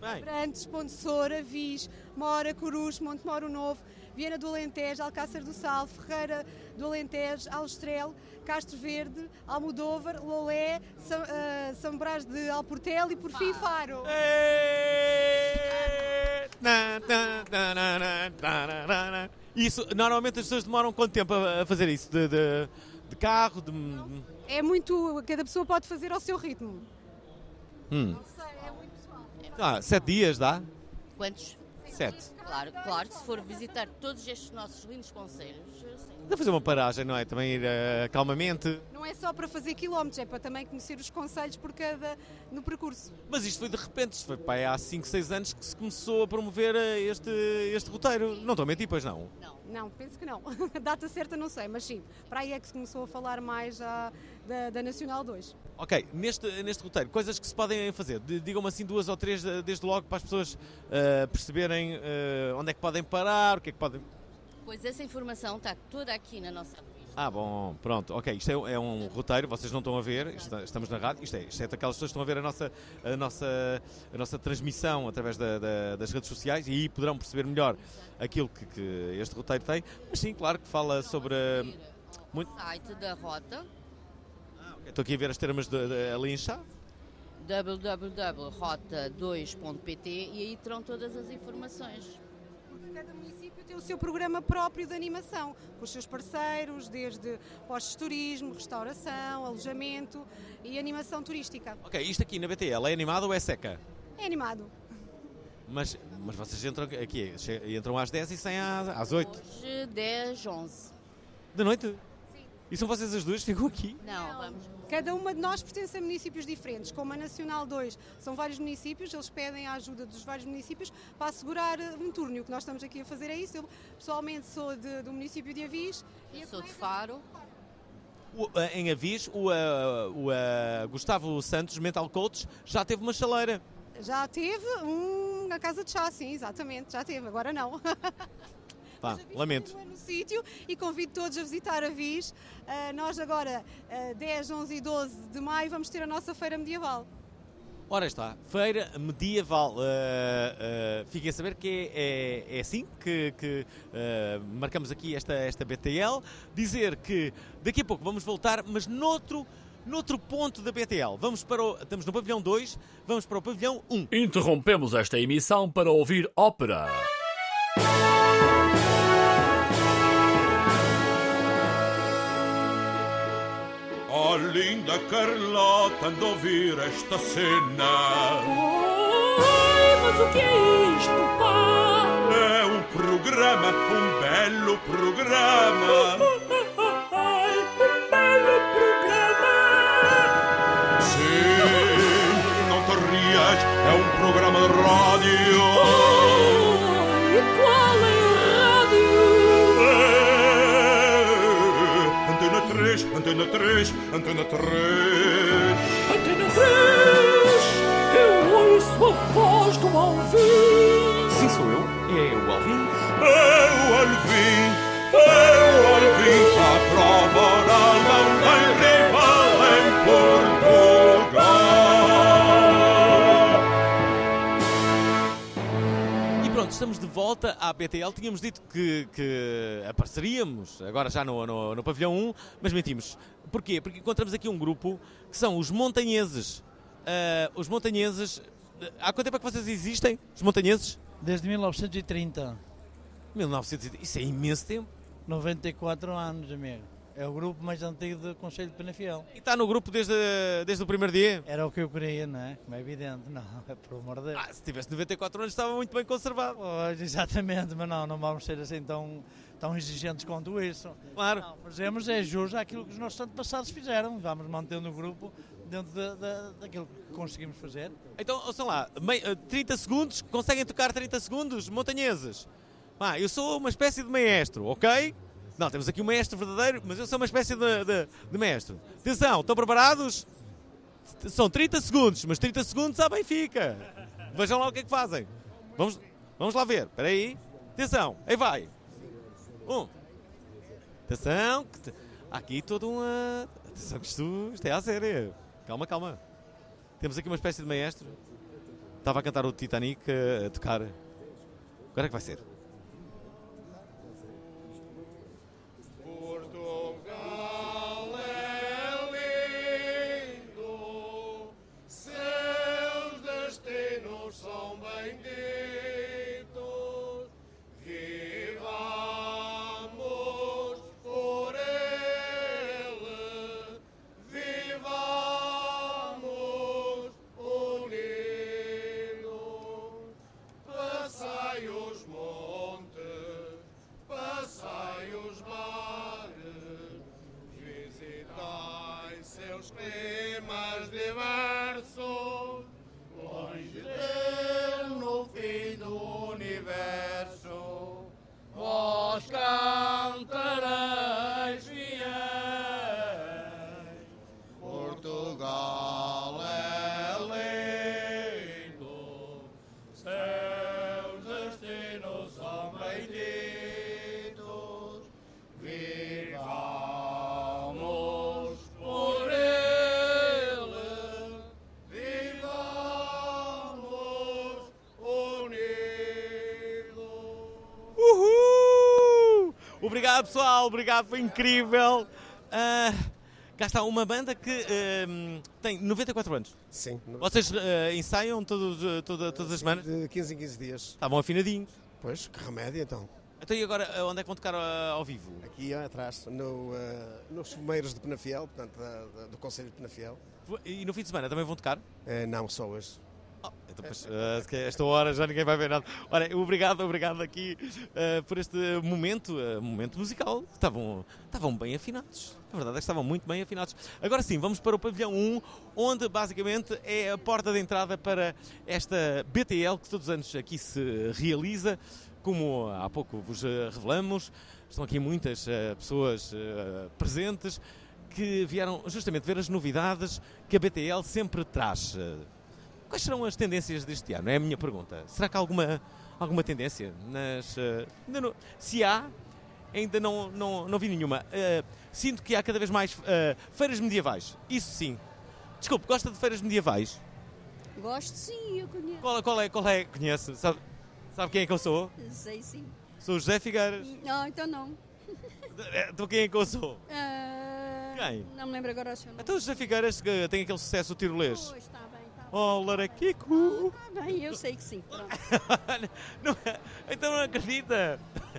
S8: Bem.
S25: Brantes, Ponte Soura, Vis, Mora, Corus, Monte Moro Novo, Viana do Alentejo, Alcácer do Sal, Ferreira do Alentejo, Alustrel, Castro Verde, Almodóvar, Lolé, São, ah, São Brás de Alportel e por fim Faro.
S8: Tã, tã, tã, tã, tã, tã, tã, tã. Isso, normalmente as pessoas demoram quanto tempo a a fazer isso? De, de- de carro? De...
S25: É muito, cada pessoa pode fazer ao seu ritmo.
S8: Hum.
S25: É muito pessoal.
S8: Ah, sete dias dá?
S26: Quantos?
S8: Sete.
S26: Claro, claro, se for visitar todos estes nossos lindos conselhos, sim.
S8: Dá fazer uma paragem, não é? Também ir eh, calmamente.
S25: Não é só para fazer quilómetros, é para também conhecer os conselhos por cada no percurso.
S8: Mas isto foi de repente, isto foi pá, é há 5, 6 anos que se começou a promover eh, este, este roteiro. Não estou a mentir, pois não.
S25: Não, penso que não. A data certa não sei, mas sim, para aí é que se começou a falar mais já da, da Nacional 2.
S8: Ok, neste, neste roteiro, coisas que se podem fazer. De- Digam-me assim duas ou três eh, desde logo para as pessoas eh, perceberem eh, onde é que podem parar, o que é que podem.
S26: Pois essa informação está toda aqui na nossa
S8: Ah, bom, pronto, ok. Isto é, é um roteiro, vocês não estão a ver, esta- estamos na rádio, isto é, exceto aquelas pessoas que estão a ver a nossa, a nossa, a nossa transmissão através da- da- das redes sociais e aí poderão perceber melhor aquilo que, que este roteiro tem. Mas sim, claro que fala sobre. eh, muito-
S26: site da rota
S8: Estou aqui a ver as termas de, de, ali em Chá.
S26: www.rota2.pt e aí terão todas as informações.
S25: Cada município tem o seu programa próprio de animação, com os seus parceiros, desde postos de turismo, restauração, alojamento e animação turística.
S8: Ok, isto aqui na BTL é animado ou é seca?
S25: É animado.
S8: Mas, mas vocês entram aqui, che- entram às 10 e saem às, às 8
S26: Hoje 10, 11.
S8: da noite? Sim. E são vocês as duas que ficam aqui?
S26: Não, vamos.
S25: Cada uma de nós pertence a municípios diferentes, como a Nacional 2 são vários municípios, eles pedem a ajuda dos vários municípios para assegurar eh, um turno. E O que nós estamos aqui a fazer é isso. Eu pessoalmente sou de- do município de Avis. E sou de Faro.
S8: O- eh, em Avis, o, eh, o, eh, Gustavo Santos, mental coach, já teve uma chaleira.
S25: Já teve um na casa de chá, sim, exatamente, já teve, agora não.
S8: Pá, lamento.
S25: no sítio e convido todos a visitar a Vis. Ah, nós agora, ah, 10, 11 e 12 de maio, vamos ter a nossa feira medieval.
S8: Ora está, Feira Medieval. eh, eh, fiquem a saber que é, é, é assim que, que, eh, marcamos aqui esta, esta BTL. Dizer que daqui a pouco vamos voltar, mas noutro, noutro ponto da BTL. Vamos para o, estamos no pavilhão 2, vamos para o pavilhão um.
S1: Interrompemos esta emissão para ouvir ópera.
S21: Oh, linda Carlota, ando a ouvir esta cena.
S27: Ai, mas o que é isto, pá?
S21: É um programa, um belo programa.
S27: um
S21: é um 3, Antena 3, Antena 3.
S27: Antena 3, eu ouço a voz do Alvin.
S5: Sim, sou eu. É o Alvin.
S21: É o Alvin, é o Alvin, a prova da não tem rival em Portugal.
S8: E pronto, estamos de volta à BTL. Tínhamos dito que, que apareceríamos, agora já no, no, no pavilhão 1, mas mentimos. Porquê? Porque encontramos aqui um grupo que são os montanheses. Ah, os montanheses... Há quanto tempo é que vocês existem, os montanheses?
S28: Desde 1930.
S8: 1900, isso é imenso tempo.
S28: 94 anos, amigo. É o grupo mais antigo do Conselho de Penafiel.
S8: E está no grupo desde, desde o primeiro dia?
S28: Era o que eu queria, não é? Como é evidente, não, é pelo amor de Deus.
S8: Se tivesse 94 anos Ah, tipo estava muito bem conservado.
S28: Pois, exatamente, mas não, não vamos ser assim tão, tão exigentes quanto isso.
S8: Claro.
S28: Não, fazemos é justo àquilo que os nossos antepassados fizeram. Vamos mantendo o grupo dentro da, da, daquilo que conseguimos fazer.
S8: Então, ouçam lá, mei- eh, 30 segundos, conseguem tocar 30 segundos, montanheses? Ah, eu sou uma espécie de maestro, ok? Não, temos aqui um maestro verdadeiro, mas eu sou uma espécie de, de, de maestro. Atenção, estão preparados? T- São 30 segundos, mas 30 segundos à Benfica. Vejam lá o que é que fazem. Vamos, vamos lá ver, espera aí. Atenção, aí vai. Um. Atenção, que te- há aqui toda uma... Atenção que isto, isto é à séria. Calma, calma. Temos aqui uma espécie de maestro. Estava a cantar o Titanic eh, a tocar. Agora é que vai ser.
S21: Portugal é lindo, seus destinos são benditos. Vivamos por ele, vivamos unidos. Passai os montes, passai os mares, visitai seus climas diversos, longe dele no fim do universo. Vós cantareis fiéis, Portugal é lindo, seus destinos são benditos. Vivamos por ele, vivamos unidos.
S8: Uhul! Obrigado, pessoal. Obrigado, foi incrível. Ah, cá está uma banda que ehm, tem 94 anos.
S7: Sim.
S8: Vocês eh, ensaiam todos, eh, toda- todas as semanas?
S7: De 15 em 15 dias.
S8: Estavam afinadinhos.
S7: Pois, que remédio então.
S8: Então e agora, eh, onde é que vão tocar ah, ao vivo?
S7: Aqui ó, atrás, no, eh, nos fumeiros de Penafiel, portanto, da- da- do Conselho de Penafiel.
S8: E no fim de semana também vão tocar?
S7: Eh, não, só hoje.
S8: Então, pois, ah, se calhar esta hora já ninguém vai ver nada. Olha, obrigado, obrigado aqui ah, por este momento, ah, momento musical. Estavam, estavam bem afinados. A verdade é que estavam muito bem afinados. Agora sim, vamos para o pavilhão 1, onde basicamente é a porta de entrada para esta BTL que todos os anos aqui se realiza. Como há pouco vos ah, revelamos, estão aqui muitas ah, pessoas ah, presentes que vieram justamente ver as novidades que a BTL sempre traz. Quais serão as tendências deste ano? É a minha pergunta. Será que há alguma, alguma tendência? Nas, eh, ainda não- se há, ainda não, não, não vi nenhuma. Eh, sinto que há cada vez mais eh, feiras medievais. Isso sim. Desculpe, gosta de feiras medievais?
S29: Gosto sim, eu conheço.
S8: Qual, qual é? Qual é? Conhece? Sabe, sabe quem é que eu sou?
S29: Sei sim.
S8: Sou o José Figueiras.
S29: Não, então não.
S8: Eh, Então quem é que eu sou?
S29: Ah,
S8: Quem?
S29: Não me lembro agora o seu nome.
S8: Então o José Figueiras eh, tem aquele sucesso tirolês.
S29: Pois, está bem, está
S8: Oh, Laraquico!
S29: bem. Eu sei que sim. Pronto.
S8: Não é? então não acredita!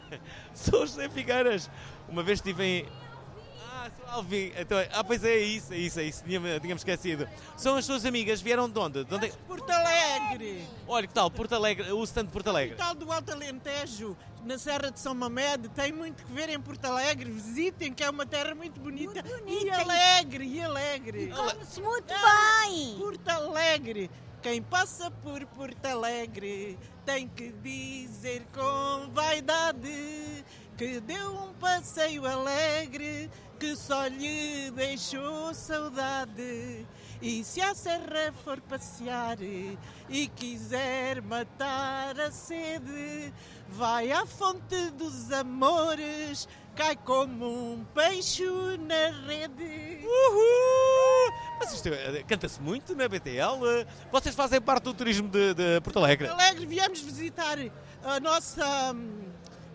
S8: Sou o José Figueiras! Uma vez estive em. Ah, sou Alvin! Então, ah, pois é isso, é isso, é isso, Tinha- tínhamos esquecido. São as suas amigas, vieram de onde? De onde é-
S30: Porto Alegre,
S8: Olha que tal, Porto Alegre, o stand de Porto Alegre.
S30: tal do Alto Alentejo, na Serra de São Mamede, tem muito que ver em Porto Alegre. Visitem, que é uma terra muito bonita, e alegre, e alegre. Come-se muito bem. Porto Alegre, quem passa por Porto Alegre tem que dizer com vaidade que deu um passeio alegre que só lhe deixou saudade. E se a serra for passear e quiser matar a sede, vai à fonte dos amores, cai como um peixe na rede.
S8: Uhul! Mas isto eh, canta-se muito na BTL. eh, Vocês fazem parte do turismo de, de Porto Alegre.
S30: Porto Alegre, viemos visitar a nossa, hum,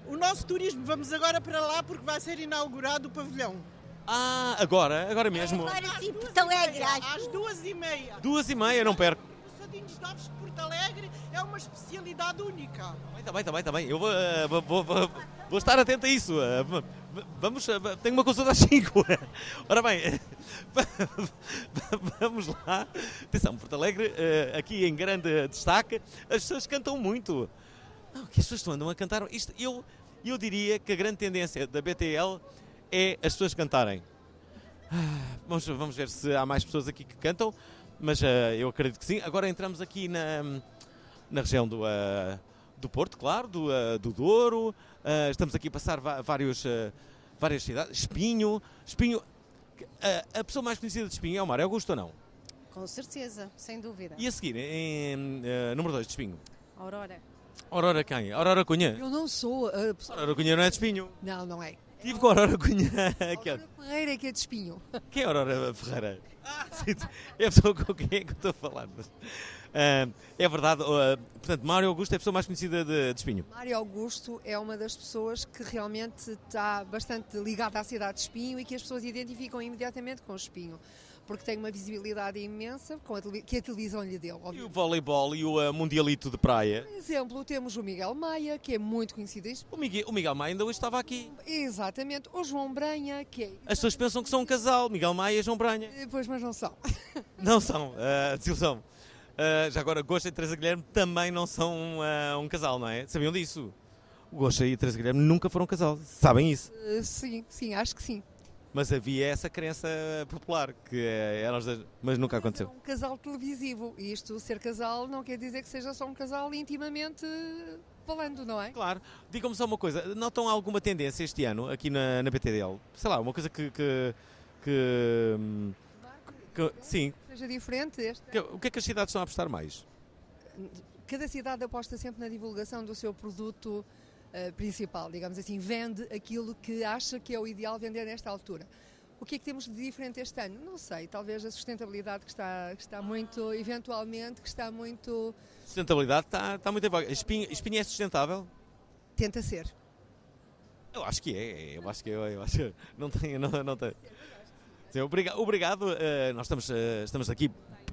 S30: o nosso turismo. Vamos agora para lá porque vai ser inaugurado o pavilhão.
S8: Ah, agora, agora mesmo.
S30: sim, Porto Alegre. Às duas e meia.
S8: Duas e meia, não perco.
S30: Sardinhos de ovos de Porto Alegre é uma especialidade única.
S8: Está tá bem, está bem, está bem. Eu vou, eh, vou, vou- vou- vou estar atento a isso. eh, v- v- Vamos, eh, v- tenho uma consulta às 5. Ora bem, eh, vamos lá. Atenção, Porto Alegre, eh, aqui em grande destaque, as pessoas cantam muito. Não, que as pessoas estão- andam a cantar. Isto, eu, eu diria que a grande tendência da BTL é as pessoas cantarem. Ah, Vamos, vamos ver se há mais pessoas aqui que cantam, mas eh, eu acredito que sim. Agora entramos aqui na, na região do, eh, do Porto, claro, do, eh, do Douro. Eh, estamos aqui a passar va- vários, eh, várias cidades. Espinho, Espinho. que- a- a pessoa mais conhecida de Espinho é o Mário Augusto ou não?
S31: Com certeza, sem dúvida.
S8: E a seguir, em, eh, número 2 de Espinho.
S31: Aurora.
S8: Aurora quem? Aurora Cunha.
S31: Eu não sou a pessoa.
S8: Aurora Cunha não é de Espinho.
S31: Não, não é.
S8: Tive com a Aurora Cunha. Aquela-
S31: Ferreira é que é de espinho.
S8: Quem é a Aurora Ferreira? É a pessoa com quem é que eu estou a falar. mas, ah, é verdade. ah, portanto, Mário Augusto é a pessoa mais conhecida de, de Espinho.
S31: Mário Augusto é uma das pessoas que realmente está bastante ligada à cidade de Espinho e que as pessoas identificam imediatamente com Espinho, porque tem uma visibilidade imensa com a tele- que a televisão lhe deu.
S8: E o
S31: obviamente.
S8: voleibol e o ah, mundialito de praia.
S31: Por exemplo, temos o Miguel Maia, que é muito conhecido em Espinho.
S8: O Miguel, o Miguel Maia ainda hoje estava aqui.
S31: Exatamente. O João Branha, que é.
S8: As pessoas pensam que são um casal, Miguel Maia e João Branha.
S31: Pois, mas não são.
S8: Não são, ah, desilusão. Ah, já agora, Gosta e Teresa Guilherme também não são ah, um casal, não é? Sabiam disso? O Gosta e a Teresa Guilherme nunca foram um casal, sabem isso.
S31: Eh, sim, sim, acho que sim.
S8: Mas havia essa crença popular que eh, eram os dois, mas nunca aconteceu.
S31: um casal televisivo. E isto, ser casal, não quer dizer que seja só um casal intimamente falando, não é?
S8: Claro. Digam-me só uma coisa, notam alguma tendência este ano aqui na, na BTDL? Sei lá, uma coisa que. que, que, hum, que- sim.
S31: Seja diferente este.
S8: Que- o que é que as cidades estão a apostar mais?
S31: Cada cidade aposta sempre na divulgação do seu produto eh, principal, digamos assim, vende aquilo que acha que é o ideal vender nesta altura. O que é que temos de diferente este ano? Não sei, talvez a sustentabilidade que está, que está muito, eventualmente, que está muito.
S8: Sustentabilidade está, está muito em voga. Espinha, espinha é sustentável?
S31: tenta ser.
S8: Eu acho que é, eu acho que é, eu acho que não tem, não, não tem. Sim, obriga- obrigado, eh, nós estamos, eh, estamos aqui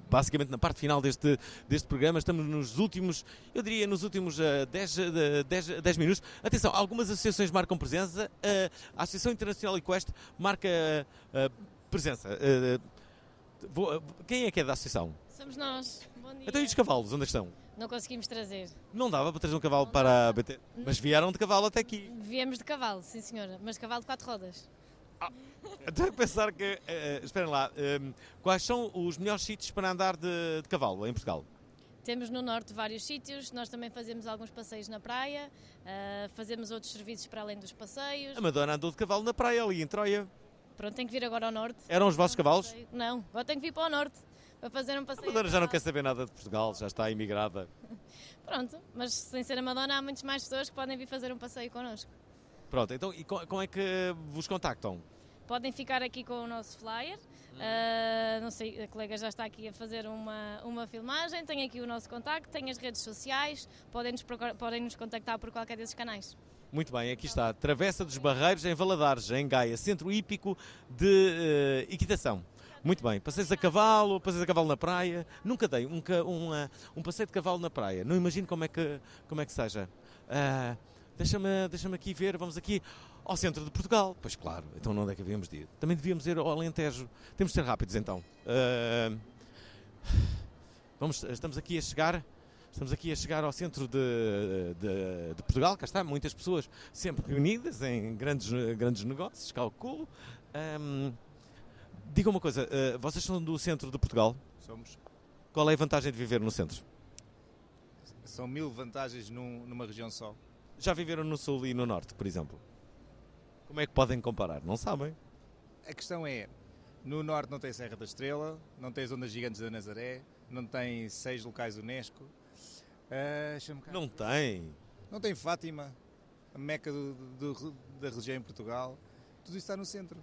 S8: basicamente na parte final deste, deste programa, estamos nos últimos, eu diria nos últimos eh, 10 eh, 10 10 minutos. Atenção, algumas associações marcam presença, eh, a Associação Internacional Equestre marca eh, presença. Eh, vou- eh, quem é que é da associação?
S11: Somos nós. Bom dia.
S8: Então e os cavalos, onde estão?
S11: Não conseguimos trazer.
S8: Não dava para trazer um cavalo para a BT, mas vieram de cavalo até aqui.
S11: Viemos de cavalo, sim senhora, mas cavalo de quatro rodas.
S8: Estou a pensar que. eh, esperem lá. ehm, quais são os melhores sítios para andar de, de cavalo em Portugal?
S11: Temos no norte vários sítios, nós também fazemos alguns passeios na praia, ah, fazemos outros serviços para além dos passeios.
S8: A Madonna andou de cavalo na praia ali em Troia.
S11: Pronto, tenho que vir agora ao norte.
S8: Eram os vossos cavalos?
S11: Não, agora tenho que vir para o norte para fazer um
S8: A
S11: passeio.
S8: Madonna já não quer saber nada de Portugal, já está imigrada.
S11: Pronto, mas sem ser a Madonna há muitas mais pessoas que podem vir fazer um passeio connosco.
S8: Pronto, então e co- como é que vos contactam?
S11: Podem ficar aqui com o nosso flyer. Ah, não sei, a colega já está aqui a fazer uma, uma filmagem. Tem aqui o nosso contacto, tem as redes sociais. Podem nos, procurar- podem nos contactar por qualquer desses canais.
S8: Muito bem, aqui está. Travessa dos Barreiros em Valadares, em Gaia, centro hípico de eh, equitação. Muito bem, passeios a cavalo, passeios a cavalo na praia. Nunca dei um, ca- um, ah, um passeio de cavalo na praia. Não imagino como é que, como é que seja. Ah, deixa-me, deixa-me aqui ver, vamos aqui ao centro de Portugal. Pois claro, então onde é que havíamos de ir? Também devíamos ir ao Alentejo. Temos de ser rápidos então. Ah, vamos, estamos aqui a chegar. Estamos aqui a chegar ao centro de, de- de Portugal, cá está, muitas pessoas sempre reunidas em grandes, grandes negócios, calculo. Ahm, diga uma coisa, eh, vocês são do centro de Portugal?
S32: Somos.
S8: Qual é a vantagem de viver no centro?
S32: São mil vantagens num- numa região só.
S8: Já viveram no sul e no norte, por exemplo? Como é que podem comparar? Não sabem.
S32: a questão é, no norte não tem Serra da Estrela, não tem as ondas gigantes da Nazaré, não tem seis locais Unesco. Ah, deixa-me cá.
S8: Não tem.
S32: Não tem Fátima, a meca do- do- da região em Portugal. Tudo isso está no centro.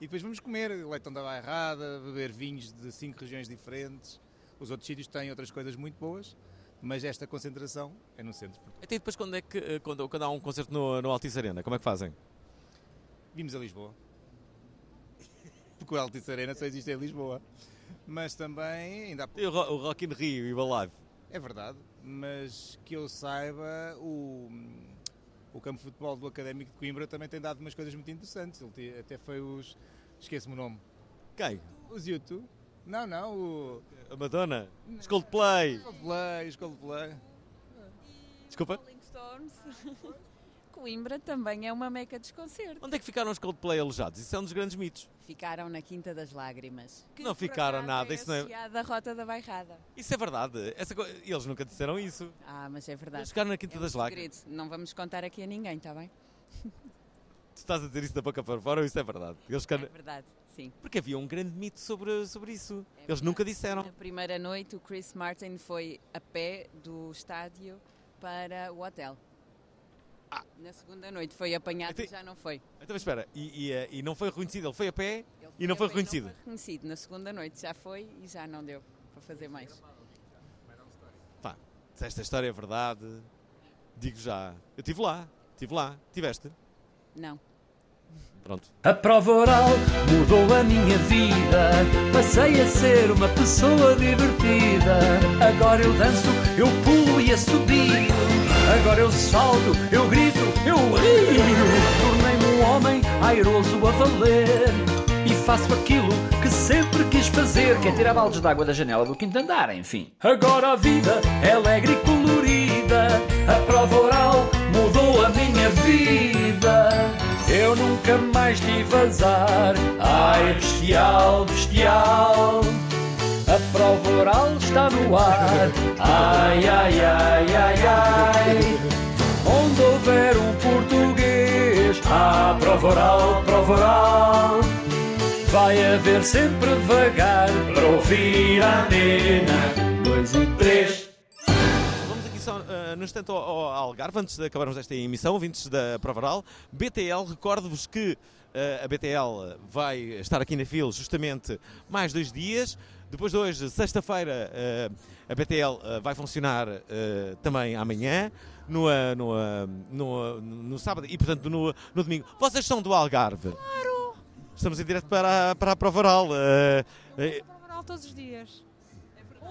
S32: E depois vamos comer leitão da bairrada, beber vinhos de cinco regiões diferentes. Os outros sítios têm outras coisas muito boas, mas esta concentração é no centro.
S8: Até depois quando é que eh, quando, quando há um concerto no, no Altice Arena, como é que fazem?
S32: Vimos a Lisboa. Porque o Altice Arena só existe em Lisboa. Mas também ainda há
S8: E o, Ro- o Rock in Rio e o Alive.
S32: É verdade, mas que eu saiba, o, o campo de futebol do Académico de Coimbra também tem dado umas coisas muito interessantes. Ele te- até foi os. esquece-me o nome.
S8: Quem?
S32: Os YouTube. Não, não, o.
S8: A Madonna? Os Coldplay?
S32: Os Coldplay, os Coldplay.
S8: Desculpa?
S33: Rolling Stones. Coimbra também é uma meca dos concertos.
S8: Onde é que ficaram os Coldplay alojados? Isso é um dos grandes mitos.
S33: Ficaram na Quinta das Lágrimas.
S8: Não ficaram nada, isso não é-
S33: da Rota da Bairrada.
S8: Isso é verdade. Essa co- Eles nunca disseram isso.
S33: Ah, mas é verdade.
S8: Eles ficaram na Quinta
S33: É um
S8: das Lágrimas.
S33: segredo. Não vamos contar aqui a ninguém, está bem?
S8: Tu estás a dizer isso da boca para fora ou isso é verdade? É Eles ficaram...
S33: É verdade, sim.
S8: Porque havia um grande mito sobre, sobre isso. Eles nunca disseram.
S33: Na primeira noite, o Chris Martin foi a pé do estádio para o hotel. Na segunda noite foi apanhado e já não foi.
S8: Ah. Então mas espera, e, e, eh, e não foi reconhecido? Ele foi a pé e não foi reconhecido?
S33: Reconhecido. Na segunda noite já foi e já não deu para fazer mais.
S8: Pá, se esta história é verdade, digo já. Eu estive lá, estive lá, tiveste.
S33: Não.
S8: Pronto.
S2: A prova oral mudou a minha vida. Passei a ser uma pessoa divertida. Agora eu danço, eu pulo e assobio. Agora eu salto, eu grito, eu rio. Tornei-me um homem airoso a valer. E faço aquilo que sempre quis fazer, que é tirar baldes de água da janela do quinto andar, enfim. Agora a vida é alegre e colorida. A prova oral mudou a minha vida. Eu nunca mais tive azar. Ai, bestial, bestial. A prova oral está no ar. Ai, ai, ai, ai, ai. Onde houver um português, há prova oral, prova oral. Vai haver sempre vagar para ouvir a antena. Dois e três.
S8: Vamos aqui só, eh, no instante, ao, ao Algarve, antes de acabarmos esta emissão, ouvintes da Provaral. BTL, recordo-vos que eh, a BTL vai estar aqui na FIL justamente mais dois dias. Depois de hoje, sexta-feira, eh, a BTL eh, vai funcionar eh, também amanhã, no, eh, no, eh, no, no sábado e, portanto, no, no domingo. Vocês são do Algarve? Claro! Estamos em direto para, a- para a Provaral. eh, eh,
S34: Provaral todos os dias.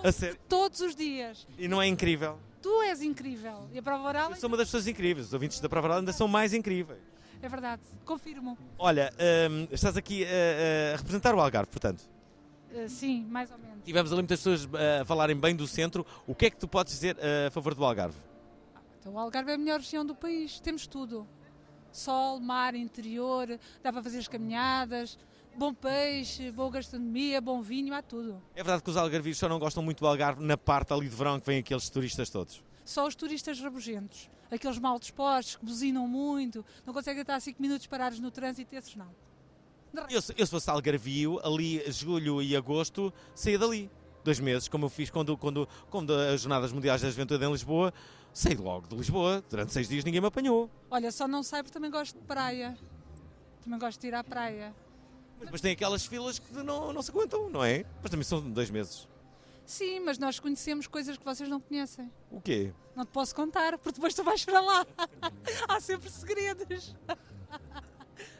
S8: a sério.
S34: Todos os dias.
S8: E não é incrível?
S34: Tu és incrível. E a prova oral
S8: Eu sou uma das pessoas incríveis. Os ouvintes da Provaral ainda são mais incríveis.
S34: é verdade. Confirmo.
S8: Olha, hum, estás aqui eh, eh, a representar o Algarve, portanto.
S34: Eh, sim, mais ou menos.
S8: Tivemos ali muitas pessoas eh, a falarem bem do centro. O que é que tu podes dizer eh, a favor do Algarve?
S34: Então, o Algarve é a melhor região do país. Temos tudo. Sol, mar, interior, dá para fazer as caminhadas, bom peixe, boa gastronomia, bom vinho, há tudo.
S8: É verdade que os algarvios só não gostam muito do Algarve na parte ali de verão que vêm aqueles turistas todos.
S34: Só os turistas rabugentos, aqueles mal dispostos, que buzinam muito, não conseguem estar 5 minutos parados no trânsito, esses não.
S8: Eu, se- eu se fosse algarvio, ali julho e agosto, saía dali. Dois meses, como eu fiz quando, quando, quando as Jornadas Mundiais da Juventude em Lisboa. Saí logo de Lisboa. Durante seis dias ninguém me apanhou.
S34: Olha, só não sai porque também gosto de praia. Também gosto de ir à praia.
S8: Mas depois tem aquelas filas que não, não se aguentam, não é? Mas também são dois meses.
S34: Sim, mas nós conhecemos coisas que vocês não conhecem.
S8: O quê?
S34: Não te posso contar, porque depois tu vais para lá. Há sempre segredos.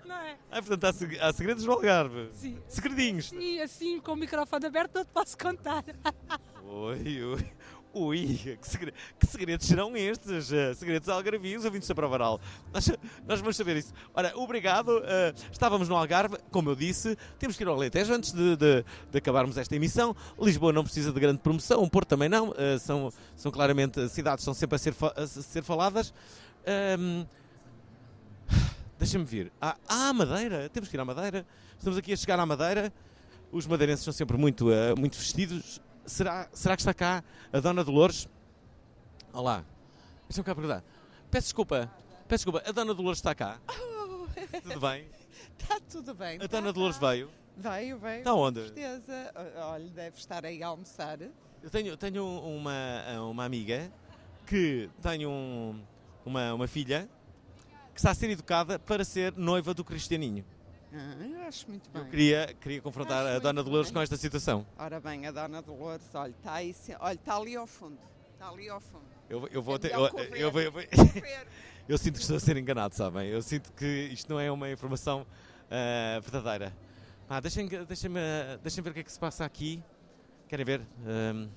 S34: Não é?
S8: Ah, portanto, há, seg- há segredos no Algarve.
S34: Sim.
S8: Segredinhos.
S34: Sim, assim, com o microfone aberto, não te posso contar.
S8: Ui, ui. Ui, que, segre- que segredos serão estes? Eh, Segredos algarvios, ouvintes da Provaral. Nós, nós vamos saber isso. Ora, obrigado. eh, estávamos no Algarve, como eu disse, temos que ir ao Alentejo antes de, de- de acabarmos esta emissão. Lisboa não precisa de grande promoção, o Porto também não. eh, são, são claramente, as cidades estão sempre a ser, fa- a ser faladas. Ehm, Ahm, Deixa-me vir. Ah, ah, Madeira! Temos que ir à Madeira. Estamos aqui a chegar à Madeira. Os madeirenses são sempre muito, eh, muito vestidos. Será, será que está cá a Dona Dolores? Olá. Deixa-me cá perguntar. Peço desculpa. Peço desculpa. A Dona Dolores está cá? Tudo bem? Então,
S13: Está Oh. Tá tudo bem. tá.
S8: A Dona Dolores veio.
S13: Veio, veio.
S8: Está Tá onde?
S13: Com certeza. Olha, deve estar aí a almoçar.
S8: Eu tenho, tenho uma, uma amiga que tem um- uma, uma filha que está a ser educada para ser noiva do Cristianinho.
S13: Ah, eu acho muito bem.
S8: Eu queria, queria confrontar a Dona Dolores com esta situação.
S13: Ora bem, a Dona Dolores, olha, está aí, se- olha, está ali ao fundo. Está ali ao fundo.
S8: Eu, eu vou
S13: É
S8: ter. Eu,
S13: melhor correr,
S8: eu vou- eu vou-
S13: correr.
S8: Eu sinto que estou a ser enganado, sabem? Eu sinto que isto não é uma informação ah, verdadeira. Ah, deixem, deixem, deixem ver o que é que se passa aqui. Querem ver? Ahm,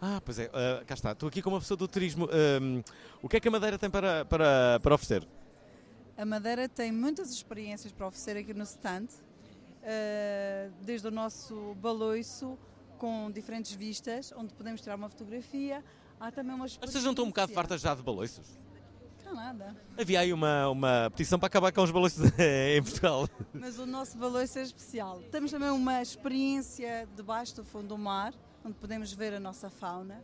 S8: ah, pois é, ah, cá está. Estou aqui com uma pessoa do turismo. Ahm, o que é que a Madeira tem para, para, para oferecer?
S16: A Madeira tem muitas experiências para oferecer aqui no stand, eh, desde o nosso baloiço com diferentes vistas, onde podemos tirar uma fotografia. Há também umas.
S8: Vocês não estão um bocado fartas já de baloiços?
S16: Não, nada.
S8: Havia aí uma, uma petição para acabar com os baloiços em Portugal.
S16: Mas o nosso balanço é especial. Temos também uma experiência debaixo do fundo do mar, onde podemos ver a nossa fauna.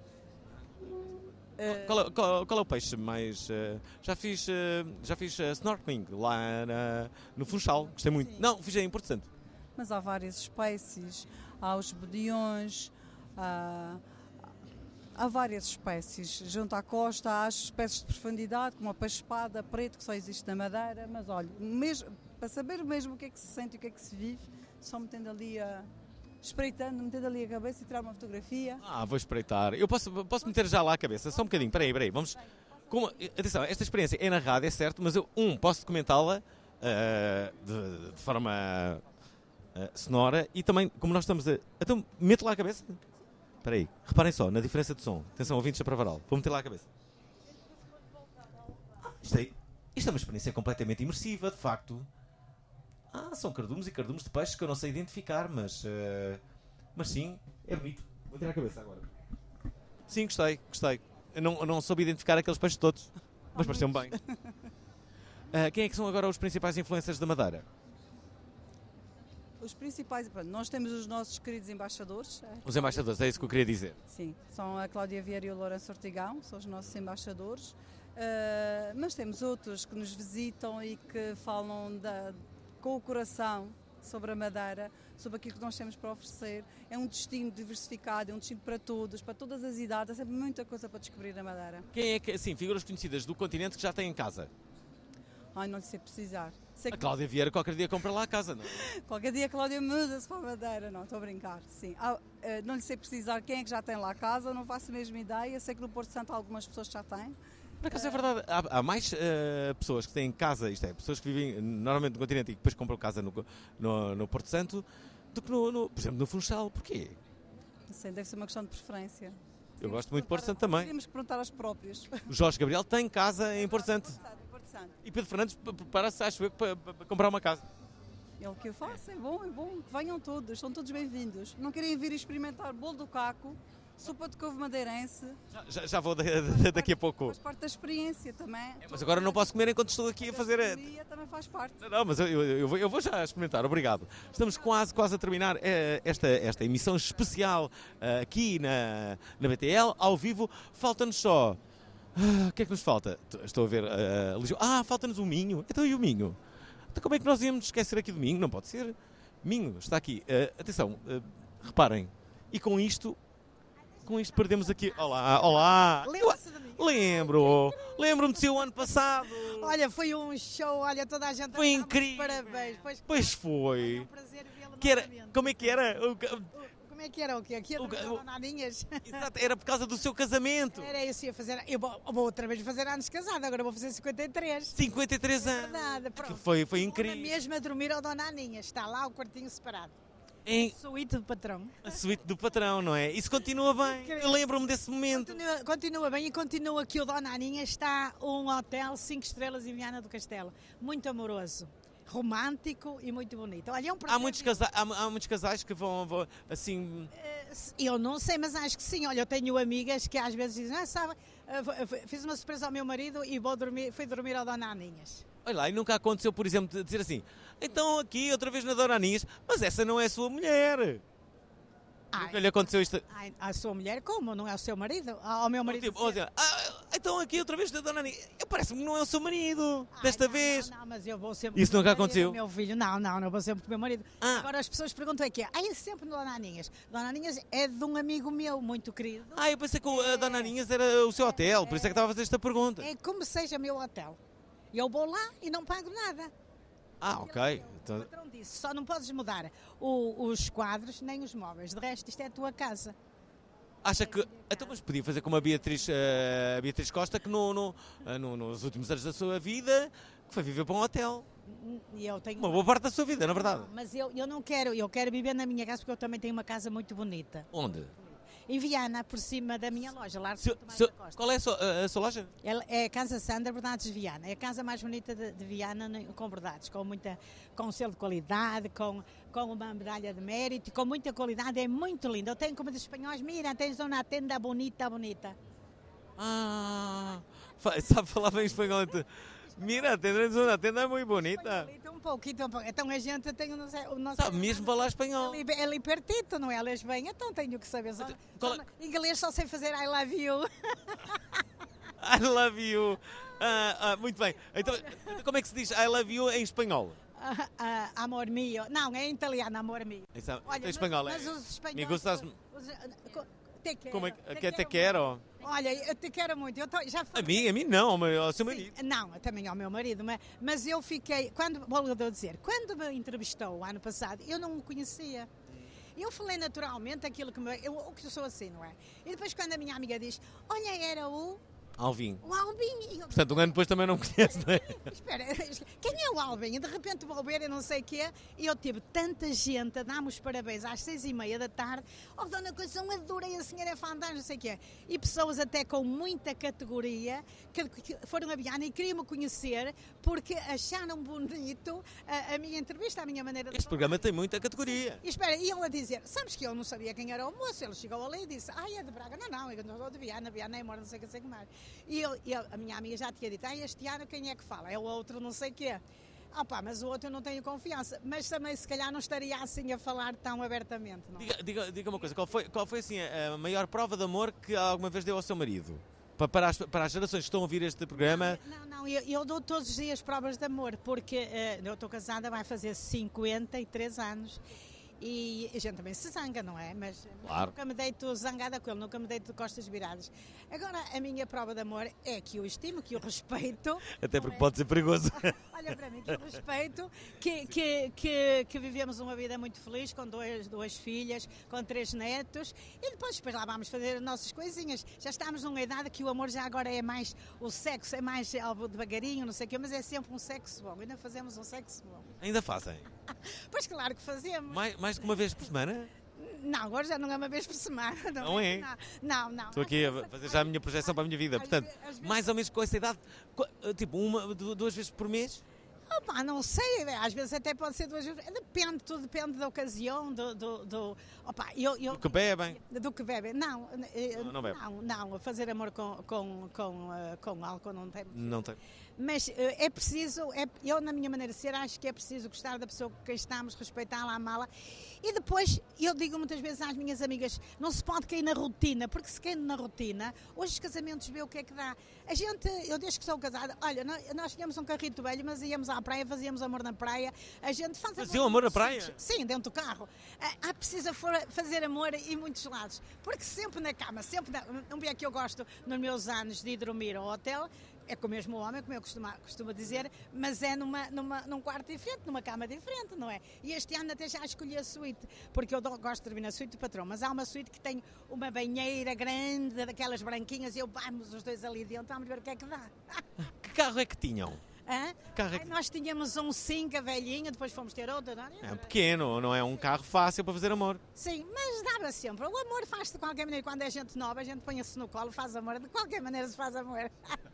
S16: Eh,
S8: Qual, é- qual- qual é o peixe mais. eh, já fiz, eh, já fiz eh, snorkeling lá na- no Funchal, gostei muito. Não, fiz em Porto Santo.
S16: Mas há várias espécies, há os bodiões, há, há várias espécies. Junto à costa há as espécies de profundidade, como a paspada, preto, que só existe na Madeira. Mas olha, mesmo, para saber mesmo o que é que se sente e o que é que se vive, só metendo ali a. espreitando, metendo ali a cabeça e tirar uma fotografia.
S8: Ah, vou espreitar. Eu posso, posso meter já lá a cabeça, só um bocadinho. Peraí, peraí, vamos. Como- atenção, esta experiência é narrada, é certo, mas eu, um, posso documentá-la eh, de, de forma eh, sonora e também, como nós estamos a. Então, meto lá a cabeça. Peraí, reparem só na diferença de som. Atenção, ouvintes da Pravaral, vou meter lá a cabeça. Isto é, isto é uma experiência completamente imersiva, de facto. Ah, são cardumes e cardumes de peixes que eu não sei identificar, mas. eh, mas sim, é bonito. Vou tirar a cabeça agora. Sim, gostei, gostei. Eu não, eu não soube identificar aqueles peixes todos, mas pareciam bem. Ah, quem é que são agora os principais influencers da Madeira?
S16: Os principais, pronto, nós temos os nossos queridos embaixadores. eh,
S8: Os embaixadores, é isso que eu queria dizer.
S16: Sim, são a Cláudia Vieira e o Lourenço Ortigão, são os nossos embaixadores. Ah, mas temos outros que nos visitam e que falam da- com o coração sobre a Madeira, sobre aquilo que nós temos para oferecer. É um destino diversificado, é um destino para todos, para todas as idades, há sempre muita coisa para descobrir na Madeira.
S8: Quem é que, assim, figuras conhecidas do continente que já têm em casa?
S16: Ai, não lhe sei precisar. Sei
S8: A
S16: que
S8: Cláudia Vieira qualquer dia compra lá a casa, não é?
S16: Qualquer dia a Cláudia muda-se para a Madeira, não, estou a brincar, sim. Ah, ah, não lhe sei precisar quem é que já tem lá a casa, não faço a mesma ideia, sei que no Porto Santo algumas pessoas já têm.
S8: Por acaso é verdade, há, há mais eh, pessoas que têm casa, isto é, pessoas que vivem eh, normalmente no continente e que depois compram casa no, co- no, no Porto Santo, do que, no, no- por exemplo, no Funchal. Porquê?
S16: Não sei, deve ser uma questão de preferência.
S8: Eu gosto muito de Porto Santo também.
S16: Temos que perguntar aos próprios.
S8: O Jorge Gabriel tem casa em Porto Santo.
S16: Porto Santo.
S8: E Pedro Fernandes pre- prepara-se, acho eu, para, para comprar uma casa.
S16: Ele que o faça, é bom, é bom. Que venham todos, são todos bem-vindos. Não querem vir experimentar bolo do caco, sopa de couve madeirense,
S8: Já, já vou da- da- daqui a pouco.
S16: faz parte da experiência também.
S8: É, Mas agora não posso comer enquanto estou aqui a fazer. eh, a-
S16: Dia também faz parte.
S8: Não, mas eu, eu, eu vou, eu vou já experimentar, obrigado. Estamos quase, quase a terminar eh, esta, esta emissão especial eh, aqui na, na BTL, ao vivo. Falta-nos só. Ah, o que é que nos falta? T- Estou a ver eh, Lisboa. Ah, falta-nos o Minho. Então e o Minho? Então como é que nós íamos esquecer aqui do Minho? Não pode ser. Minho, está aqui. Eh, atenção, eh, reparem. E com isto. Com isto perdemos aqui. Olá, olá!
S17: Lembra-se de mim?
S8: Lembro! Lembro-me de si o ano passado!
S17: Olha, foi um show, olha, toda a gente. andava
S8: Foi
S17: de
S8: incrível.
S17: Parabéns. Pois,
S8: Pois foi!
S17: um prazer vê-lo
S8: Que era- como é que era? O ca-
S17: Como é que era o quê? Aqui o... naninhas.
S8: Exato, era por causa do seu casamento.
S17: Era isso, ia fazer. Eu vou, vou outra vez fazer anos casada, agora vou fazer 53.
S8: 53
S17: É
S8: anos.
S17: Verdade, pronto.
S8: Foi, foi
S17: Na
S8: incrível.
S17: mesma dormir ao Dona Aninha, está lá o quartinho separado.
S8: Em
S17: Suíte do patrão.
S8: a suíte do patrão, não é? Isso continua bem. Eu lembro-me desse momento.
S17: Continua, continua bem e continua que o Dona Aninha está um hotel 5 estrelas em Viana do Castelo. Muito amoroso, romântico e muito bonito. Olha, é um
S8: Há
S17: prazer
S8: muitos, casais, há, mu- há muitos casais que vão, vão, assim.
S30: eh,
S17: Eu não sei, mas acho que sim. Olha, eu tenho amigas que às vezes dizem, ah, sabe, eh, f- f- fiz uma surpresa ao meu marido e vou dormir, fui dormir ao Dona Aninhas.
S8: Olha lá, e nunca aconteceu, por exemplo, de dizer assim: então aqui, outra vez na Dona Anis, mas essa não é a sua mulher. Nunca lhe aconteceu isto.
S17: Ai, à sua mulher, como? Não é o seu marido? Ao meu marido.
S8: Tipo, ou seja, "Ah, Então aqui outra vez, Dona Nani, eu parece-me que não é o seu marido, desta vez.
S17: Ah, Não, mas eu vou sempre.
S8: Isso
S17: com o
S8: nunca
S17: meu marido,
S8: aconteceu? Ah.
S17: Meu filho, não, não, não vou sempre com o meu marido. Agora as pessoas perguntam aqui, ah, é sempre Dona Aninhas. Dona Aninhas é de um amigo meu, muito querido.
S8: Ah, eu pensei que a Dona Aninhas era o seu hotel, por isso é que estava a fazer esta pergunta.
S17: É como seja meu hotel. Eu vou lá e não pago nada.
S8: Ah, ok. Então,
S17: Não disse, só não podes mudar o- os quadros nem os móveis. De resto, isto é a tua casa.
S8: acha que. Então, mas podia fazer como a Beatriz, eh, a Beatriz Costa, que no, no- eh, no- nos últimos anos da sua vida que foi viver para um hotel.
S17: E eu tenho
S8: Uma boa parte da sua vida, na verdade.
S17: Mas eu, eu não quero, eu quero viver na minha casa porque eu também tenho uma casa muito bonita.
S8: Onde?
S17: Em Viana, por cima da minha loja, lá
S8: Seu- seu- qual é a sua, a- a sua loja?
S17: Ela é a Casa Sandra Bernardes de Viana. É a casa mais bonita de, de Viana, né, com verdades, com muita, com selo de qualidade, com, com uma medalha de mérito, com muita qualidade. É muito linda. Eu tenho como dos espanhóis, mira, tens uma tenda bonita, bonita.
S8: Ah, fa- sabe falar bem espanhol. então. Mira, a tenda, a tenda é muito bonita.
S17: Então, um pouquinho, um pouquinho. Então a gente tem o nosso... O nosso
S8: Sabe mesmo falar espanhol.
S17: ali, ali pertito, não é? Elas bem, então tenho que saber. Só,
S8: é
S17: só- inglês só sei fazer I love you.
S8: I love you. Ah, ah, muito bem. Então, então como é que se diz I love you em espanhol?
S17: Ah, ah, amor mio. Não, é em italiano, amor mio.
S8: Isso é-
S17: Olha,
S8: em espanhol
S17: mas-
S8: é-
S17: mas os espanhóis-
S8: Me gustas.
S17: Os- co- Te quero.
S8: Como é que que te quero?
S17: Olha, eu te quero muito. Eu tô- já
S8: A mim, a mim não, ao meu- ao seu marido.
S17: Sim, não, também ao meu marido, mas, mas eu fiquei, quando, vou lhe dizer, quando me entrevistou o ano passado, eu não o conhecia. Eu falei naturalmente aquilo que me, eu, o que eu sou assim, não é? E depois quando a minha amiga diz, olha, era o,
S8: Alvin.
S17: o Albin. E eu,
S8: Portanto, um ano depois também não me conhece, não é?
S17: Espera, quem é o Albin? E de repente vou ver e não sei o quê. E eu tive tanta gente a dar-me os parabéns às seis e meia da tarde. Oh, Dona Conceição, adorei, a senhora é fantástica, não sei o quê. E pessoas até com muita categoria que, que foram a Viana e queriam-me conhecer porque acharam bonito a, a minha entrevista, a minha maneira de
S8: Este programa tem muita categoria.
S17: e espera, e ele a dizer, sabes que eu não sabia quem era o moço? Ele chegou ali e disse, ai, é de Braga. Não, não, eu não sou de Viana, Viana é mora não sei o que, não sei o que mais. E ele, ele- a minha amiga já tinha dito, ai, este ano quem é que fala? É o outro não sei o quê. Ah pá, mas o outro eu não tenho confiança. Mas também, se calhar, não estaria assim a falar tão abertamente, não é?
S8: Diga, diga, diga uma coisa, qual foi, qual foi assim, a a maior prova de amor que alguma vez deu ao seu marido? Pa- Para, as, para as gerações que estão a ouvir este programa,
S17: Não, não, eu, eu dou todos os dias provas de amor, porque eh, eu estou casada, vai fazer 53 anos. E a gente também se zanga, não é? Mas mas
S8: Claro.
S17: nunca me deito zangada com ele, nunca me deito de costas viradas. Agora, a minha prova de amor é que eu estimo, que eu respeito.
S8: até porque pode ser perigoso.
S17: Olha para mim, que eu respeito, que, que, que, que vivemos uma vida muito feliz com dois, duas filhas, com três netos e depois, depois lá vamos fazer as nossas coisinhas. Já estamos numa idade que o amor já agora é mais, o sexo é mais algo devagarinho, não sei o quê, mas é sempre um sexo bom. Ainda fazemos um sexo bom.
S8: Ainda fazem.
S17: Pois claro que fazemos.
S8: Mais, mais que uma vez por semana?
S17: Não, agora já não é uma vez por semana. Não,
S8: Não é?
S17: Não, não.
S8: Estou aqui a fazer já a minha projeção para a minha vida. Portanto, mais ou menos com essa idade, qua- tipo uma, du- duas vezes por mês?
S17: Opa, não sei, às vezes até pode ser duas vezes. Depende, tudo depende da ocasião, do. do, do opa, eu, eu,
S8: Do que bebem?
S17: Do que bebem? Não, eh,
S8: Não, não bebe.
S17: não, não, fazer amor com, com, com, eh, com álcool não tem.
S8: Não tem.
S17: Mas eh, é preciso, é, eu na minha maneira de ser, acho que é preciso gostar da pessoa com quem estamos, respeitá-la, amá-la. E depois, eu digo muitas vezes às minhas amigas, não se pode cair na rotina, porque se cair na rotina, hoje os casamentos vê o que é que dá. A gente, eu desde que sou casada, olha, nó- nós, tínhamos um carrito velho, mas íamos à praia, fazíamos amor na praia, a gente faz
S8: Faziam um amor na praia?
S17: Sim, dentro do carro. Ah, Há precisa for fazer amor em muitos lados. Porque sempre na cama, sempre na, um dia que eu gosto nos meus anos de ir dormir ao hotel, é com o mesmo homem, como eu costumo, costumo dizer, mas é numa, numa, num quarto diferente, numa cama diferente, não é? E este ano até já escolhi a suíte, porque eu dou- gosto de dormir na suíte do patrão, mas há uma suíte que tem uma banheira grande, daquelas branquinhas, e eu vamos os dois ali dentro, vamos ver o que é que dá.
S8: Que carro é que tinham?
S17: Hã?
S8: Carro é
S17: Ai, nós tínhamos um Cinca velhinho, depois fomos ter outro, não é?
S8: É um pequeno, não é um carro fácil para fazer amor.
S17: Sim, mas dava sempre. O amor faz-se de qualquer maneira. Quando é gente nova, a gente põe-se no colo, faz amor. De qualquer maneira se faz amor.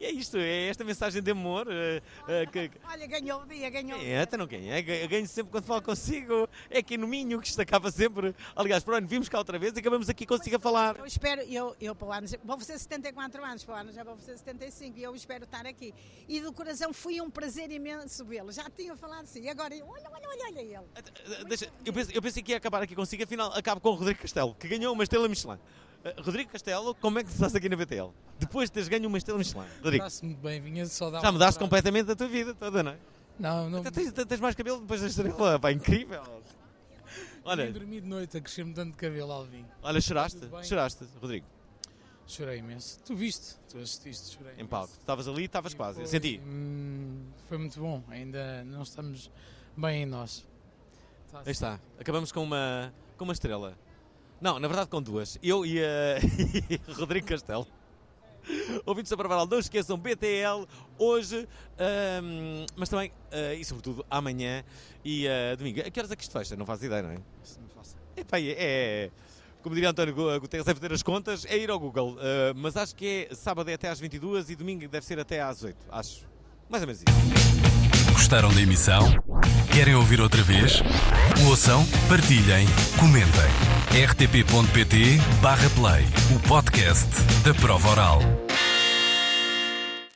S8: E é isto, é esta mensagem de amor eh, eh, que,
S17: Olha, ganhou o dia, ganhou o
S8: É, até não ganho. É, ganho- ganho sempre quando falo consigo. É aqui no Minho que destacava sempre. Aliás, pronto, vimos cá outra vez e acabamos aqui consigo a falar.
S17: Eu espero, eu, eu para o ano, já- vou fazer 74 anos, para o ano já vou fazer 75 e eu espero estar aqui. E do coração foi um prazer imenso vê-lo. Já tinha falado assim. E agora, eu, olha, olha, olha, olha ele.
S8: Eh, deixa- eu, pensei, eu pensei que ia acabar aqui consigo, afinal acabo com o Rodrigo Castelo, que ganhou uma estrela Michelin. Eh, Rodrigo Castelo, como é que se estás aqui na BTL? Depois de teres ganho uma estrela Michelin. Rodrigo,
S35: Está-se muito bem, vinha só dar
S8: já
S35: uma
S8: mudaste
S35: entrada.
S8: completamente a tua vida toda, não é?
S35: Não, não.
S8: Até tens, tens mais cabelo depois da estrela, pá, incrível.
S35: Olha.
S8: Olha.
S35: dormi de noite a crescer-me tanto cabelo, Alvin.
S8: Olha, choraste?
S35: Tudo bem?
S8: Choraste, Rodrigo,
S35: Chorei imenso. Tu viste, tu assististe, chorei.
S8: em palco. Estavas ali, estavas quase, eu
S35: Foi,
S8: Ah, senti.
S35: hum, Foi muito bom, ainda não estamos bem em nós. Tá
S8: Aí está. Acabamos com uma, com uma estrela. Não, na verdade com duas. Eu e a e Rodrigo Castelo. Ouvintes da Barbaral, não esqueçam BTL hoje, ahm, mas também ah, e sobretudo amanhã e ah, domingo. A que horas é que isto fecha? Não faço ideia, não é? Epá, é, é- Como diria António Gu- Guterres, deve ter as contas, é ir ao Google. Ah, mas acho que é sábado é até às 22 e domingo deve ser até às 8, acho. Mais ou menos isso.
S4: Gostaram da emissão? Querem ouvir outra vez? Ouçam, partilhem, comentem. rtp.pt/play o podcast da prova oral.